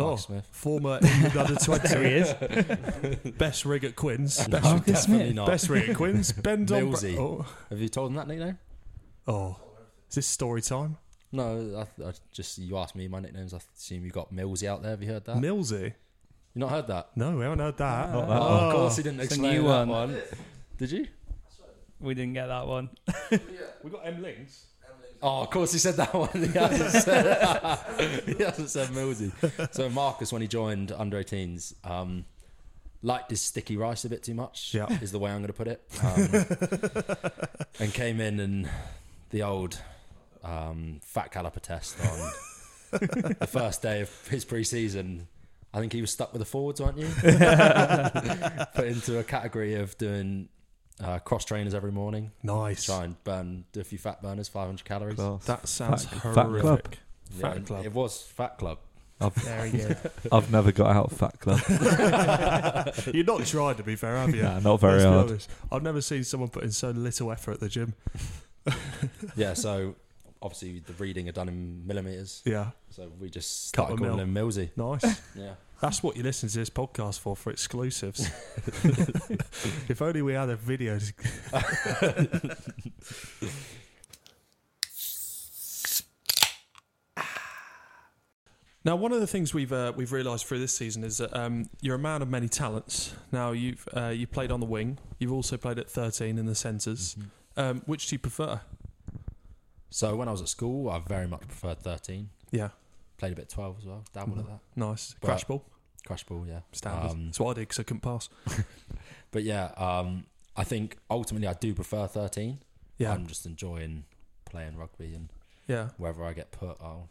[SPEAKER 2] Oh.
[SPEAKER 4] Mark Smith.
[SPEAKER 2] Former England under twenty.
[SPEAKER 1] There he is.
[SPEAKER 2] Best rig at Quinn's.
[SPEAKER 4] No,
[SPEAKER 1] Marcus
[SPEAKER 4] definitely
[SPEAKER 1] Smith.
[SPEAKER 4] not.
[SPEAKER 2] Best rig at Quinn's. Ben Don.
[SPEAKER 4] Millsy.
[SPEAKER 2] oh.
[SPEAKER 4] Have you told him that nickname?
[SPEAKER 2] Oh. Is this story time?
[SPEAKER 4] No, I, I just you asked me my nicknames. I assume you got Millsy out there. Have you heard that?
[SPEAKER 2] Millsy?
[SPEAKER 4] you not heard that?
[SPEAKER 2] No, we haven't heard that.
[SPEAKER 1] Not
[SPEAKER 3] that
[SPEAKER 4] Oh, of course he didn't
[SPEAKER 1] It's a
[SPEAKER 4] explain
[SPEAKER 1] new
[SPEAKER 4] that
[SPEAKER 1] one.
[SPEAKER 4] one. Did you?
[SPEAKER 1] We didn't get that one.
[SPEAKER 2] We got M Links.
[SPEAKER 4] Oh, of course he said that one. He hasn't said, he hasn't said Millsy. So Marcus, when he joined under 18s, um, liked his sticky rice a bit too much.
[SPEAKER 2] Yeah.
[SPEAKER 4] is the way I'm going to put it. Um, and came in and the old um, fat caliper test on the first day of his preseason. I think he was stuck with the forwards, weren't you? put into a category of doing uh, cross trainers every morning,
[SPEAKER 2] Nice.
[SPEAKER 4] try and burn, do a few fat burners, 500 calories.
[SPEAKER 3] Class.
[SPEAKER 2] That sounds
[SPEAKER 3] Fat- Fat Club.
[SPEAKER 2] horrific.
[SPEAKER 4] Yeah,
[SPEAKER 2] Fat
[SPEAKER 4] and
[SPEAKER 2] club.
[SPEAKER 4] It was Fat Club.
[SPEAKER 3] I've,
[SPEAKER 2] Very good.
[SPEAKER 3] I've never got out of Fat Club.
[SPEAKER 2] You're not tried, to be fair, have you?
[SPEAKER 3] Nah, not very
[SPEAKER 2] Let's be
[SPEAKER 3] hard.
[SPEAKER 2] honest. I've never seen someone put in so little effort at the gym.
[SPEAKER 4] Yeah, so obviously the reading are done in millimeters,
[SPEAKER 2] Yeah,
[SPEAKER 4] so we just
[SPEAKER 2] Cut
[SPEAKER 4] started
[SPEAKER 2] a
[SPEAKER 4] calling him Millsy.
[SPEAKER 2] nice.
[SPEAKER 4] Yeah,
[SPEAKER 2] That's what you listen to this podcast for, for exclusives. if only we had a video. to- Now, one of the things we've uh, we've realised through this season is that um, you're a man of many talents. Now you've uh, you played on the wing. You've also played at 13 in the centres.
[SPEAKER 3] Mm-hmm.
[SPEAKER 2] Um, which do you prefer?
[SPEAKER 4] So when I was at school, I very much preferred 13.
[SPEAKER 2] Yeah,
[SPEAKER 4] Played a bit of 12 as well, dabbled at that.
[SPEAKER 2] nice
[SPEAKER 4] But-
[SPEAKER 2] crash ball
[SPEAKER 4] Crash ball, yeah.
[SPEAKER 2] standard.
[SPEAKER 4] Um,
[SPEAKER 2] That's what I did because I couldn't pass.
[SPEAKER 4] but yeah, um, I think ultimately I do prefer 13.
[SPEAKER 2] Yeah,
[SPEAKER 4] I'm just enjoying playing rugby and
[SPEAKER 2] yeah.
[SPEAKER 4] wherever I get put, I'll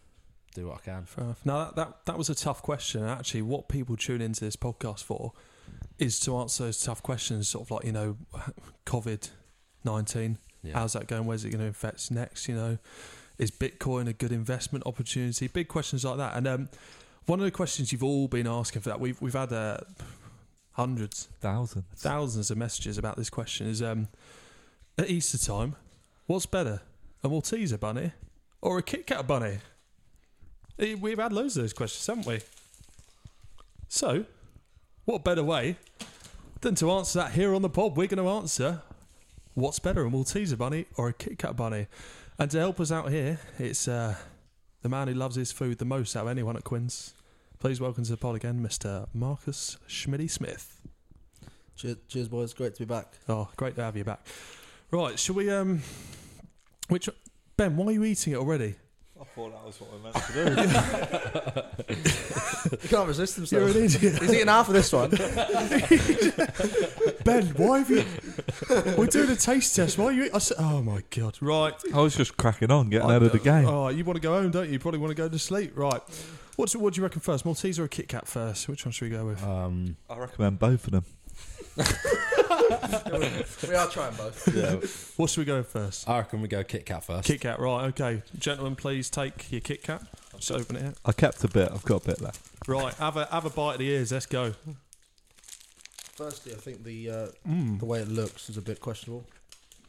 [SPEAKER 4] do what I can.
[SPEAKER 2] Fair enough. Now that, that that was a tough question. And Actually, what people tune into this podcast for is to answer those tough questions, sort of like you know, COVID nineteen.
[SPEAKER 4] Yeah.
[SPEAKER 2] How's that going? Where's it going to affect next? You know, is Bitcoin a good investment opportunity? Big questions like that. And um, one of the questions you've all been asking for that we've we've had uh, hundreds,
[SPEAKER 3] Thousands.
[SPEAKER 2] thousands of messages about this question is um, at Easter time, what's better, a Malteser bunny or a Kit Kat bunny? Eh, We've had loads of those questions, haven't we? So, what better way than to answer that here on the pod? We're going to answer what's better, a Malteser bunny or a Kit Kat bunny? And to help us out here, it's uh, the man who loves his food the most out of anyone at Quinn's. Please welcome to the pod again, Mr. Marcus Schmidty Smith.
[SPEAKER 5] Cheers, cheers, boys. Great to be back.
[SPEAKER 2] Oh, great to have you back. Right, shall we? Um, which Ben, why are you eating it already?
[SPEAKER 3] I thought that was what we meant to do.
[SPEAKER 5] You can't resist himself.
[SPEAKER 2] You're an idiot,
[SPEAKER 5] He's eating half of this one.
[SPEAKER 2] Ben. Why have you? We're doing a taste test. Why are you? eat- I said, oh my god. Right.
[SPEAKER 3] I was just cracking on, getting out of the game.
[SPEAKER 2] Oh, you want to go home, don't you? You probably want to go to sleep. Right. What's, what do you reckon first, Maltese or a Kit Kat first? Which one should we go with?
[SPEAKER 4] Um,
[SPEAKER 3] I recommend both of them.
[SPEAKER 5] we are trying both.
[SPEAKER 4] yeah,
[SPEAKER 2] What should we go with first?
[SPEAKER 4] I reckon we go Kit Kat first.
[SPEAKER 2] Kit Kat. Right. Okay, gentlemen, please take your Kit Kat. Just open it. Here.
[SPEAKER 3] I kept a bit. I've got a bit left.
[SPEAKER 2] Right. Have a have a bite of the ears. Let's go.
[SPEAKER 5] Firstly, I think the uh,
[SPEAKER 2] Mm.
[SPEAKER 5] the way it looks is a bit questionable.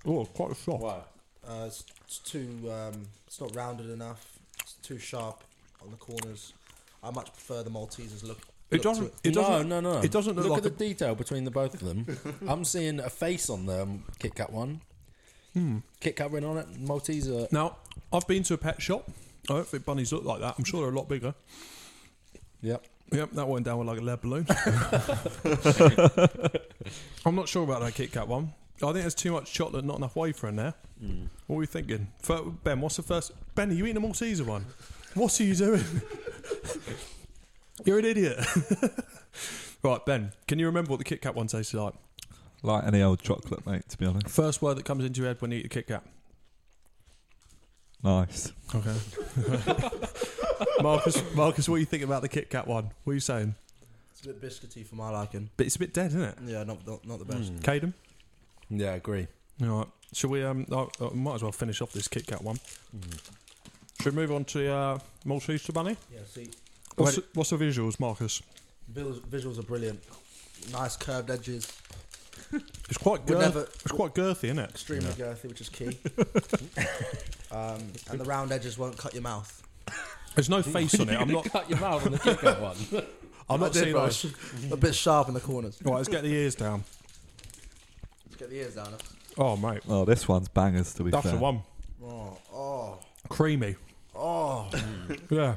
[SPEAKER 2] Oh, quite a shock.
[SPEAKER 4] Wow.
[SPEAKER 5] Uh, it's, it's too. Um, it's not rounded enough. It's too sharp on the corners. I much prefer the Maltesers look.
[SPEAKER 2] It
[SPEAKER 5] look to
[SPEAKER 2] doesn't.
[SPEAKER 5] it.
[SPEAKER 2] It
[SPEAKER 4] no,
[SPEAKER 2] doesn't.
[SPEAKER 4] no, no.
[SPEAKER 2] It doesn't look,
[SPEAKER 4] Look
[SPEAKER 2] like
[SPEAKER 4] at the detail between the both of them. I'm seeing a face on the um, Kit Kat one.
[SPEAKER 2] a. Mm.
[SPEAKER 4] Kit Kat written on it. uh, Malteser.
[SPEAKER 2] Now, I've been to a pet shop. I don't think bunnies look like that. I'm sure they're a lot bigger.
[SPEAKER 4] Yep.
[SPEAKER 2] Yep, that went down with like a lead balloon. I'm not sure about that Kit Kat one. I think there's too much chocolate, not enough wafer in there. What were you thinking? Fir- ben, what's the first. Ben, are you eating a Malteser one? What are you doing? You're an idiot. right, Ben, can you remember what the Kit Kat one tasted like?
[SPEAKER 3] Like any old chocolate, mate, to be honest.
[SPEAKER 2] First word that comes into your head when you eat a Kit Kat.
[SPEAKER 3] Nice.
[SPEAKER 2] Okay. Marcus, Marcus, what do you think about the Kit Kat one? What are you saying?
[SPEAKER 5] It's a bit biscuity for my liking.
[SPEAKER 2] But it's a bit dead, isn't it?
[SPEAKER 5] Yeah, not not, not the best.
[SPEAKER 4] Mm.
[SPEAKER 2] Caden?
[SPEAKER 4] Yeah, I agree.
[SPEAKER 2] All right. Shall we? Um, I, I might as well finish off this Kit Kat one.
[SPEAKER 5] Mm.
[SPEAKER 2] Should we move on to uh, Maltese Bunny?
[SPEAKER 5] Yeah, see,
[SPEAKER 2] What's, the- what's the visuals, Marcus?
[SPEAKER 5] visuals, visuals are brilliant. Nice curved edges.
[SPEAKER 2] It's quite
[SPEAKER 5] Would
[SPEAKER 2] girth-
[SPEAKER 5] never-
[SPEAKER 2] It's quite girthy, isn't it?
[SPEAKER 5] Extremely girthy, which is key. um, and the round edges won't cut your mouth.
[SPEAKER 2] There's no face on it. I'm not.
[SPEAKER 4] Cut your mouth on the Kit Kat one.
[SPEAKER 2] I'm
[SPEAKER 5] I
[SPEAKER 2] not
[SPEAKER 5] did,
[SPEAKER 2] seeing
[SPEAKER 5] but
[SPEAKER 2] those.
[SPEAKER 5] A bit sharp in the corners.
[SPEAKER 2] All right, let's get the ears down.
[SPEAKER 5] Let's get the ears down.
[SPEAKER 2] Oh mate,
[SPEAKER 3] Oh, this one's bangers, to be
[SPEAKER 2] that's
[SPEAKER 3] fair.
[SPEAKER 2] the one.
[SPEAKER 5] Oh, oh,
[SPEAKER 2] Creamy.
[SPEAKER 5] oh.
[SPEAKER 2] Yeah. That-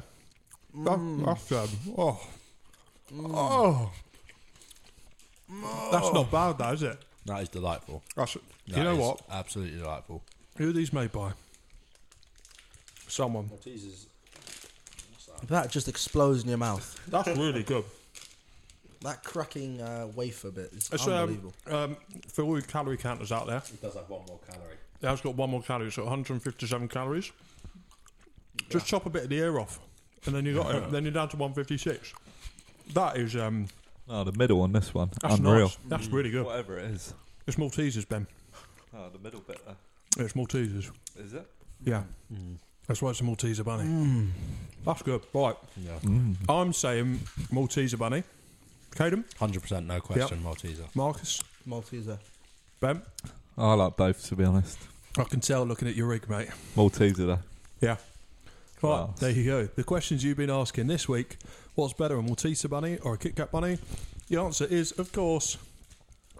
[SPEAKER 2] That's um, oh oh. That's not bad, that is it?
[SPEAKER 4] That is delightful.
[SPEAKER 2] That's,
[SPEAKER 4] That
[SPEAKER 2] you know
[SPEAKER 4] is
[SPEAKER 2] what?
[SPEAKER 4] Absolutely delightful.
[SPEAKER 2] Who are these made by? Someone.
[SPEAKER 4] Maltesers.
[SPEAKER 5] That just explodes in your mouth.
[SPEAKER 2] That's really good.
[SPEAKER 5] That cracking uh, wafer bit is
[SPEAKER 2] It's, um,
[SPEAKER 5] unbelievable.
[SPEAKER 2] um, for all you calorie counters out there,
[SPEAKER 4] It does have one more calorie.
[SPEAKER 2] it has got one more calorie, so 157 calories. Just chop a bit of the ear off, and then you got it, then you're down to 156. That is um,
[SPEAKER 3] No, Oh, the middle on this one.
[SPEAKER 2] that's
[SPEAKER 3] Unreal.
[SPEAKER 2] nice. That's really good.
[SPEAKER 3] Whatever it is.
[SPEAKER 2] It's Maltesers, Ben.
[SPEAKER 3] Oh, the middle bit there.
[SPEAKER 2] It's Maltesers.
[SPEAKER 3] Is it?
[SPEAKER 2] Yeah, Mm. that's why it's a Malteser bunny. That's good. Right,
[SPEAKER 4] Yeah.
[SPEAKER 2] I'm saying Malteser bunny. Caden,
[SPEAKER 4] 100% no question, Malteser.
[SPEAKER 2] Marcus,
[SPEAKER 5] Malteser.
[SPEAKER 2] Ben.
[SPEAKER 3] I like both, to be honest.
[SPEAKER 2] I can tell looking at your rig, mate.
[SPEAKER 3] Malteser, though.
[SPEAKER 2] Yeah. Right,
[SPEAKER 3] Class.
[SPEAKER 2] there you go. The questions you've been asking this week what's better, a Malteser bunny or a Kit Kat bunny? The answer is, of course,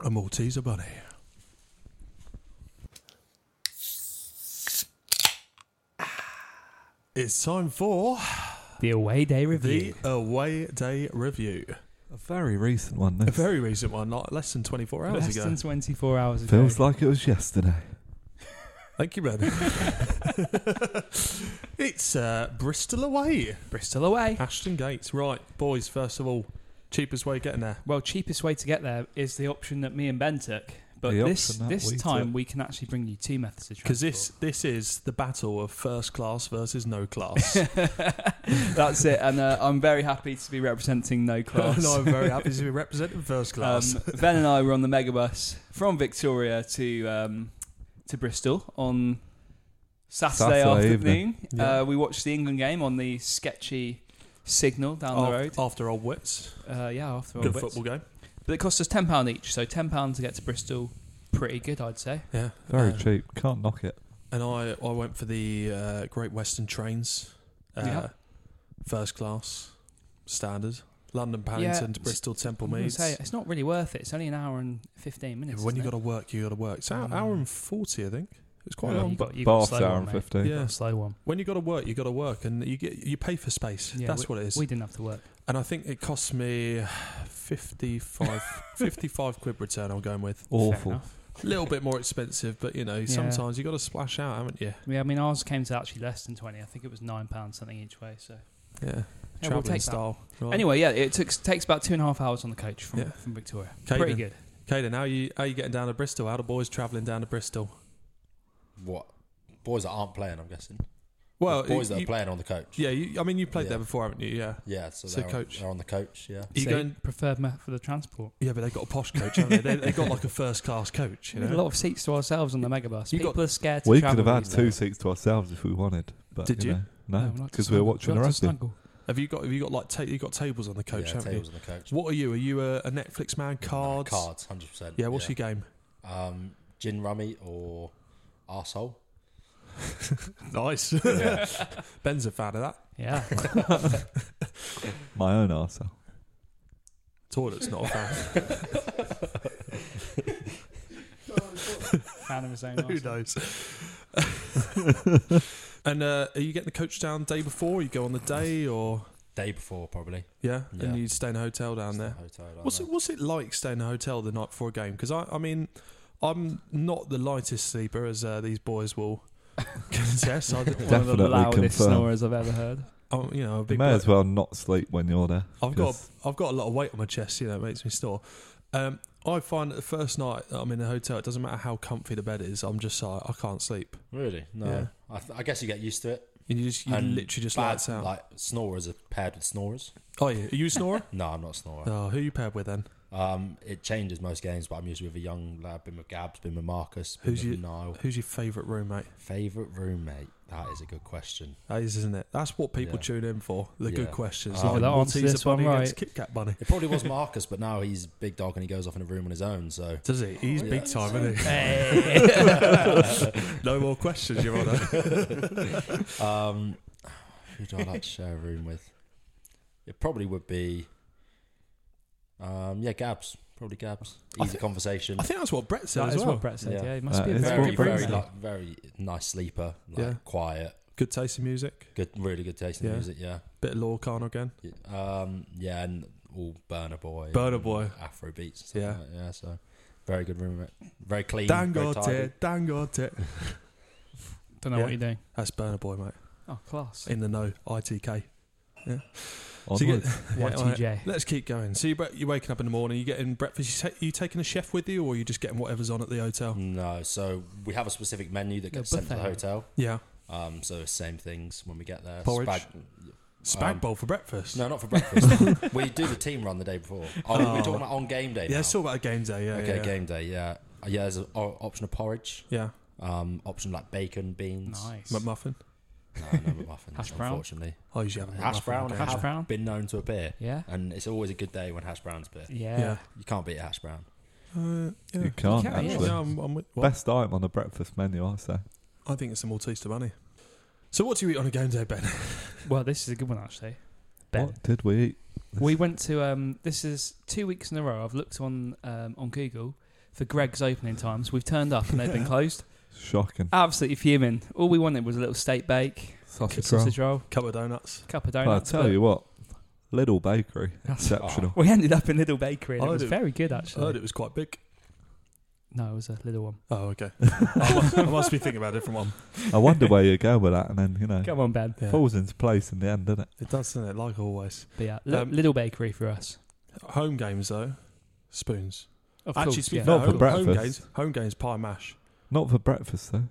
[SPEAKER 2] a Malteser bunny. It's time for
[SPEAKER 1] The away day
[SPEAKER 2] the
[SPEAKER 1] review.
[SPEAKER 2] Away Day Review.
[SPEAKER 3] A very recent one,
[SPEAKER 2] A
[SPEAKER 3] this.
[SPEAKER 2] very recent one, like less than 24 hours
[SPEAKER 1] Less
[SPEAKER 2] ago.
[SPEAKER 1] than 24 hours ago.
[SPEAKER 3] Feels like it was yesterday.
[SPEAKER 2] Thank you, Ben. it's uh, Bristol Away.
[SPEAKER 1] Bristol away.
[SPEAKER 2] Ashton Gates. Right, boys, first of all, cheapest way of getting there.
[SPEAKER 1] Well, cheapest way to get there is the option that me and Ben took. But
[SPEAKER 3] The
[SPEAKER 1] this
[SPEAKER 3] option that
[SPEAKER 1] this
[SPEAKER 3] we
[SPEAKER 1] time
[SPEAKER 3] took.
[SPEAKER 1] we can actually bring you two methods of transport.
[SPEAKER 2] Because this this is the battle of first class versus no class.
[SPEAKER 1] that's it. And uh, I'm very happy to be representing no class.
[SPEAKER 2] and I'm very happy to be representing first class.
[SPEAKER 1] Um, ben and I were on the megabus from Victoria to um, to Bristol on Saturday,
[SPEAKER 3] Saturday
[SPEAKER 1] afternoon.
[SPEAKER 2] Yeah.
[SPEAKER 1] Uh, we watched the England game on the sketchy signal down
[SPEAKER 2] Af-
[SPEAKER 1] the road.
[SPEAKER 2] After old wits.
[SPEAKER 1] Uh, yeah, after all,
[SPEAKER 2] Oh. Good
[SPEAKER 1] which-
[SPEAKER 2] football game.
[SPEAKER 1] but it cost us ten pound each, so ten pounds to get to Bristol, pretty good, I'd say.
[SPEAKER 2] Yeah.
[SPEAKER 3] Very
[SPEAKER 2] Uh,
[SPEAKER 3] cheap. Can't knock it.
[SPEAKER 2] And I, I went for the uh, Great Western Trains. Uh,
[SPEAKER 1] Oh, Yeah.
[SPEAKER 2] First class, standard. London, Paddington to
[SPEAKER 1] s-
[SPEAKER 2] Bristol, Temple
[SPEAKER 1] I'm gonna
[SPEAKER 2] Meads.
[SPEAKER 1] say, it's not really worth it. It's only an hour and fifteen
[SPEAKER 2] Yeah,
[SPEAKER 1] minutes.
[SPEAKER 2] when you
[SPEAKER 1] isn't
[SPEAKER 2] got to
[SPEAKER 1] it?
[SPEAKER 2] work, you got to work. It's an hour and 40, I think. It's quite
[SPEAKER 1] Mm. Yeah,
[SPEAKER 2] long.
[SPEAKER 1] you got- you got
[SPEAKER 3] Bath's
[SPEAKER 1] slow
[SPEAKER 3] hour
[SPEAKER 1] one,
[SPEAKER 3] and
[SPEAKER 1] mate.
[SPEAKER 3] 15.
[SPEAKER 2] Yeah.
[SPEAKER 1] Got a slow one.
[SPEAKER 2] When you got to work, you got to work, and you get you pay for space.
[SPEAKER 1] Yeah,
[SPEAKER 2] That's what it is.
[SPEAKER 1] We didn't have to work.
[SPEAKER 2] and I think it cost me 55, 55 quid return. I'm going with
[SPEAKER 1] Fair
[SPEAKER 3] Awful.
[SPEAKER 1] enough.
[SPEAKER 2] a little bit more expensive, but you know sometimes you got to splash out, haven't you?
[SPEAKER 1] Yeah, I mean, ours came to actually less than twenty. I think it was nine pounds something each way. So
[SPEAKER 2] Yeah,
[SPEAKER 1] we'll
[SPEAKER 2] traveling
[SPEAKER 1] take that.
[SPEAKER 2] style. Right.
[SPEAKER 1] anyway, yeah, it took, takes about two and a half hours on the coach from,
[SPEAKER 2] Yeah.
[SPEAKER 1] from Victoria.
[SPEAKER 2] Caden.
[SPEAKER 1] Pretty good.
[SPEAKER 2] Caden, how you how you getting down to Bristol? How the boys travelling down to Bristol?
[SPEAKER 4] What? Boys that aren't playing, I'm guessing.
[SPEAKER 2] Well,
[SPEAKER 4] boys that
[SPEAKER 2] you-
[SPEAKER 4] are playing on the coach.
[SPEAKER 2] yeah, you, I mean you played
[SPEAKER 4] Yeah.
[SPEAKER 2] there before, haven't you? Yeah.
[SPEAKER 4] Yeah, so,
[SPEAKER 2] So
[SPEAKER 4] they're,
[SPEAKER 2] coach.
[SPEAKER 4] On, they're on the coach. Yeah,
[SPEAKER 2] You
[SPEAKER 1] So
[SPEAKER 2] going?
[SPEAKER 1] preferred method for the transport.
[SPEAKER 2] Yeah, but they got a posh coach, haven't they? they? They got like a first class coach. You
[SPEAKER 1] We had a
[SPEAKER 2] know.
[SPEAKER 1] lot of seats to ourselves on the megabus.
[SPEAKER 2] eh? You got-
[SPEAKER 1] People are scared to
[SPEAKER 3] We could
[SPEAKER 1] travel
[SPEAKER 3] have had
[SPEAKER 1] these
[SPEAKER 3] two
[SPEAKER 1] days.
[SPEAKER 3] seats to ourselves if we wanted. But,
[SPEAKER 2] Did you?
[SPEAKER 3] know,
[SPEAKER 1] No,
[SPEAKER 3] no,
[SPEAKER 1] we like to
[SPEAKER 3] because we were
[SPEAKER 1] snuggle.
[SPEAKER 3] watching the
[SPEAKER 1] like to
[SPEAKER 3] rugby.
[SPEAKER 1] snuggle.
[SPEAKER 2] Have you got? Have you got like? Ta- you got tables on the coach,
[SPEAKER 4] yeah,
[SPEAKER 2] haven't
[SPEAKER 4] tables on the coach.
[SPEAKER 2] you? What are you? Are you a, a Netflix man? Cards.
[SPEAKER 4] No, cards, hundred percent.
[SPEAKER 2] Yeah. What's your game?
[SPEAKER 4] your um, gin rummy or arsehole?
[SPEAKER 2] Nice.
[SPEAKER 4] Yeah.
[SPEAKER 2] Ben's a fan of that.
[SPEAKER 1] Yeah.
[SPEAKER 3] My own arsehole.
[SPEAKER 2] Toilet's not a fan.
[SPEAKER 1] Fan of his own.
[SPEAKER 2] Who
[SPEAKER 1] arse.
[SPEAKER 2] knows? and uh, are you getting the coach down day before? You go on the day, or
[SPEAKER 4] Day before, probably.
[SPEAKER 2] yeah,
[SPEAKER 4] Yeah.
[SPEAKER 2] and you stay in a hotel down
[SPEAKER 4] Just
[SPEAKER 2] there.
[SPEAKER 4] the Hotel down
[SPEAKER 2] What's
[SPEAKER 4] there.
[SPEAKER 2] it, what's it like staying in a hotel the night before a game? Because I, I mean, I'm not the lightest sleeper, as uh, these boys will contest. I,
[SPEAKER 1] One of the
[SPEAKER 3] Definitely
[SPEAKER 1] loudest
[SPEAKER 3] confirm.
[SPEAKER 1] snorers I've ever heard.
[SPEAKER 2] I'm, you know, a
[SPEAKER 3] You
[SPEAKER 2] big
[SPEAKER 3] may
[SPEAKER 2] bloke.
[SPEAKER 3] as well not sleep when you're there.
[SPEAKER 2] I've got,
[SPEAKER 3] Just-
[SPEAKER 2] I've got a lot of weight on my chest. You know, it makes me snore. Um, I find that the first night that I'm in a hotel, it doesn't matter how comfy the bed is. I'm just like, I can't sleep.
[SPEAKER 4] Really? No.
[SPEAKER 2] Yeah.
[SPEAKER 4] I, th- I guess you get used to it.
[SPEAKER 2] And you just, you
[SPEAKER 4] And
[SPEAKER 2] literally just
[SPEAKER 4] bad,
[SPEAKER 2] lights out.
[SPEAKER 4] Like snorers are paired with snorers.
[SPEAKER 2] oh, yeah. are you a snorer?
[SPEAKER 4] No, I'm not a snorer.
[SPEAKER 2] oh, who you paired with then?
[SPEAKER 4] Um, it changes most games, but I'm usually with a young lad. Been with Gabs, been with Marcus, been
[SPEAKER 2] Who's
[SPEAKER 4] with
[SPEAKER 2] your-
[SPEAKER 4] Niall.
[SPEAKER 2] Who's your favourite roommate?
[SPEAKER 4] Favorite roommate? That is a good question.
[SPEAKER 2] That is, isn't it? That's what people
[SPEAKER 4] Yeah.
[SPEAKER 2] tune in for. The
[SPEAKER 4] Yeah.
[SPEAKER 2] good questions.
[SPEAKER 4] Oh,
[SPEAKER 1] that
[SPEAKER 2] Malteser
[SPEAKER 1] answers this one
[SPEAKER 2] bunny
[SPEAKER 1] right.
[SPEAKER 2] against Kit Kat bunny.
[SPEAKER 4] It probably was Marcus, but now he's big dog and he goes off in a room on his own. So Oh,
[SPEAKER 2] Does he? He's
[SPEAKER 4] Yeah.
[SPEAKER 2] big time, isn't he? no more questions, Your Honour.
[SPEAKER 4] Um, who do I like to share a room with? It probably would be, um, yeah, Gabs. Probably Gabs.
[SPEAKER 2] I
[SPEAKER 4] Easy
[SPEAKER 2] thi-
[SPEAKER 4] conversation.
[SPEAKER 2] I think that's what Brett said
[SPEAKER 1] That
[SPEAKER 2] as
[SPEAKER 1] is
[SPEAKER 2] well.
[SPEAKER 1] what Brett said.
[SPEAKER 4] Yeah.
[SPEAKER 1] Yeah, he must
[SPEAKER 3] That
[SPEAKER 1] be a
[SPEAKER 3] is
[SPEAKER 1] very good
[SPEAKER 4] very,
[SPEAKER 3] what Brett
[SPEAKER 4] very,
[SPEAKER 1] roommate.
[SPEAKER 3] said.
[SPEAKER 4] like, very nice sleeper. Like,
[SPEAKER 2] Yeah.
[SPEAKER 4] Quiet.
[SPEAKER 2] Good taste in music.
[SPEAKER 4] Good, really good taste in
[SPEAKER 2] Yeah.
[SPEAKER 4] music. Yeah.
[SPEAKER 2] Bit of Law Khan again.
[SPEAKER 4] Yeah, Um, yeah, and all Burner Boy.
[SPEAKER 2] Burner Boy.
[SPEAKER 4] Afro beats. And
[SPEAKER 2] Yeah.
[SPEAKER 4] stuff yeah. Like that, yeah. So very good roommate. Very clean. very tidy.
[SPEAKER 2] Dangote, Dangote.
[SPEAKER 1] Don't know
[SPEAKER 2] Yeah.
[SPEAKER 1] what you're doing.
[SPEAKER 2] That's Burner Boy, mate.
[SPEAKER 1] Oh, class.
[SPEAKER 2] In the know, ITK. So you get-
[SPEAKER 3] Onwards.
[SPEAKER 2] yeah,
[SPEAKER 1] YTJ.
[SPEAKER 2] alright. Let's keep going. So you bre- you're waking up in the morning, you're getting breakfast. You, ta- you taking a chef with you, or you just getting whatever's on at the hotel?
[SPEAKER 4] No, so we have a specific menu that
[SPEAKER 1] Yeah,
[SPEAKER 4] gets sent to the
[SPEAKER 1] buffet.
[SPEAKER 4] hotel.
[SPEAKER 2] Yeah.
[SPEAKER 4] Um, so same things when we get there.
[SPEAKER 2] Porridge?
[SPEAKER 4] Spag-
[SPEAKER 2] Spag
[SPEAKER 4] Um,
[SPEAKER 2] bowl for breakfast.
[SPEAKER 4] no, not for breakfast. we do the team run the day before. Oh,
[SPEAKER 2] Oh.
[SPEAKER 4] we're talking about on game day.
[SPEAKER 2] yeah,
[SPEAKER 4] now.
[SPEAKER 2] it's all about a game day. Yeah.
[SPEAKER 4] okay,
[SPEAKER 2] yeah.
[SPEAKER 4] game day. Yeah, Uh, yeah. There's an o- option of porridge.
[SPEAKER 2] Yeah.
[SPEAKER 4] Um, option like bacon, beans.
[SPEAKER 1] Nice.
[SPEAKER 2] McMuffin.
[SPEAKER 4] No, no McMuffins.
[SPEAKER 1] Hash brown?
[SPEAKER 4] unfortunately,
[SPEAKER 2] I usually have a Uh,
[SPEAKER 4] hash
[SPEAKER 2] McMuffin
[SPEAKER 4] brown.
[SPEAKER 2] on
[SPEAKER 1] Hash
[SPEAKER 4] have
[SPEAKER 1] brown?
[SPEAKER 4] Been known to appear,
[SPEAKER 1] Yeah.
[SPEAKER 4] and it's always a good day when hash browns appear.
[SPEAKER 1] Yeah.
[SPEAKER 2] Yeah.
[SPEAKER 4] You can't beat a hash brown.
[SPEAKER 2] game. Uh, yeah.
[SPEAKER 3] You can't,
[SPEAKER 1] can, yeah.
[SPEAKER 3] actually.
[SPEAKER 2] No, I'm, I'm with, what?
[SPEAKER 3] Best item on the breakfast menu, I say.
[SPEAKER 2] I think it's a Maltese bunny. So what do you eat on a game day, Ben?
[SPEAKER 1] Well, this is a good one actually. Ben.
[SPEAKER 3] What did we eat?
[SPEAKER 1] We went to um, this is two weeks in a row. I've looked on um, on Google for Greg's opening times. We've turned up and they've been closed.
[SPEAKER 3] Shocking.
[SPEAKER 1] Absolutely fuming. All we wanted was a little steak bake,
[SPEAKER 3] Sausage roll.
[SPEAKER 1] sausage roll,
[SPEAKER 2] Cup of donuts.
[SPEAKER 1] cup of
[SPEAKER 3] Well, I'll
[SPEAKER 1] donuts.
[SPEAKER 3] tell
[SPEAKER 1] but
[SPEAKER 3] you what. Little bakery.
[SPEAKER 1] That's-
[SPEAKER 3] Exceptional.
[SPEAKER 1] we ended up in Little Bakery and
[SPEAKER 2] I
[SPEAKER 1] it was
[SPEAKER 2] do.
[SPEAKER 1] very good
[SPEAKER 2] I heard
[SPEAKER 1] actually.
[SPEAKER 2] it was quite big.
[SPEAKER 1] No, it was a little one.
[SPEAKER 2] Oh, okay. I, must, I must be thinking about a different one.
[SPEAKER 3] I wonder where you go with that, and then, you know,
[SPEAKER 1] Come on, Ben.
[SPEAKER 2] Yeah.
[SPEAKER 3] falls into place in the end, doesn't it?
[SPEAKER 2] It does, doesn't it? Like always.
[SPEAKER 1] But yeah, li-
[SPEAKER 2] Um,
[SPEAKER 1] Little Bakery for us.
[SPEAKER 2] Home games though, spoons.
[SPEAKER 1] Of
[SPEAKER 2] Actually,
[SPEAKER 1] course,
[SPEAKER 2] to be
[SPEAKER 1] yeah.
[SPEAKER 2] fair,
[SPEAKER 3] Not for
[SPEAKER 2] home, home
[SPEAKER 3] breakfast.
[SPEAKER 2] games. Home games, pie mash.
[SPEAKER 3] Not for breakfast, though.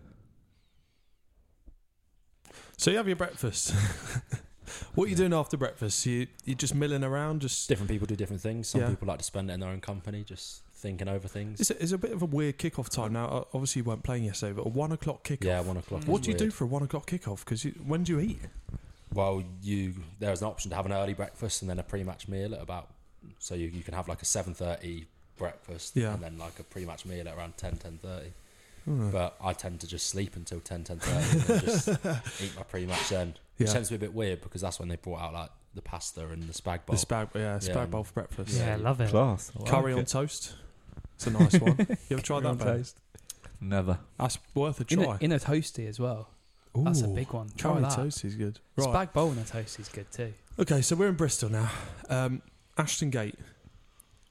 [SPEAKER 2] So you have your breakfast. what are you doing after breakfast? You you just milling around, just.
[SPEAKER 4] Different people do different things. Some
[SPEAKER 2] Yeah.
[SPEAKER 4] people like to spend it in their own company, just thinking over things.
[SPEAKER 2] It's a, it's a bit of a weird kickoff time now. O- Obviously, you weren't playing yesterday, but a one o'clock kickoff.
[SPEAKER 4] yeah, one o'clock.
[SPEAKER 2] What
[SPEAKER 4] is
[SPEAKER 2] do you do
[SPEAKER 4] weird.
[SPEAKER 2] for a one o'clock kickoff? Because when do you eat?
[SPEAKER 4] Well, you there's an option to have an early breakfast and then a pre-match meal at about so you, you can have like a 7:30 breakfast
[SPEAKER 2] Yeah.
[SPEAKER 4] and then like a pre-match meal at around 10 10:30.
[SPEAKER 2] Hmm.
[SPEAKER 4] But I tend to just sleep until 10 10:30 and just eat my pre-match then. Which
[SPEAKER 2] Yeah.
[SPEAKER 4] tends to be a bit weird because that's when they brought out like the pasta and the
[SPEAKER 2] The
[SPEAKER 4] spag bowl.
[SPEAKER 2] spag, yeah, spag
[SPEAKER 4] Yeah.
[SPEAKER 2] bowl for breakfast.
[SPEAKER 1] Yeah, I love it.
[SPEAKER 3] Class. I like
[SPEAKER 2] Curry on
[SPEAKER 3] it.
[SPEAKER 2] toast. It's a nice one. You ever tried that? Ben?
[SPEAKER 3] Never.
[SPEAKER 2] That's worth a
[SPEAKER 1] In
[SPEAKER 2] try.
[SPEAKER 1] a, in a toasty as well. That's a big one. Try
[SPEAKER 2] Curry
[SPEAKER 1] that.
[SPEAKER 2] toast is good. Right.
[SPEAKER 1] Spag bowl in a toast is good too.
[SPEAKER 2] okay, so we're in Bristol now. Um, Ashton Gate.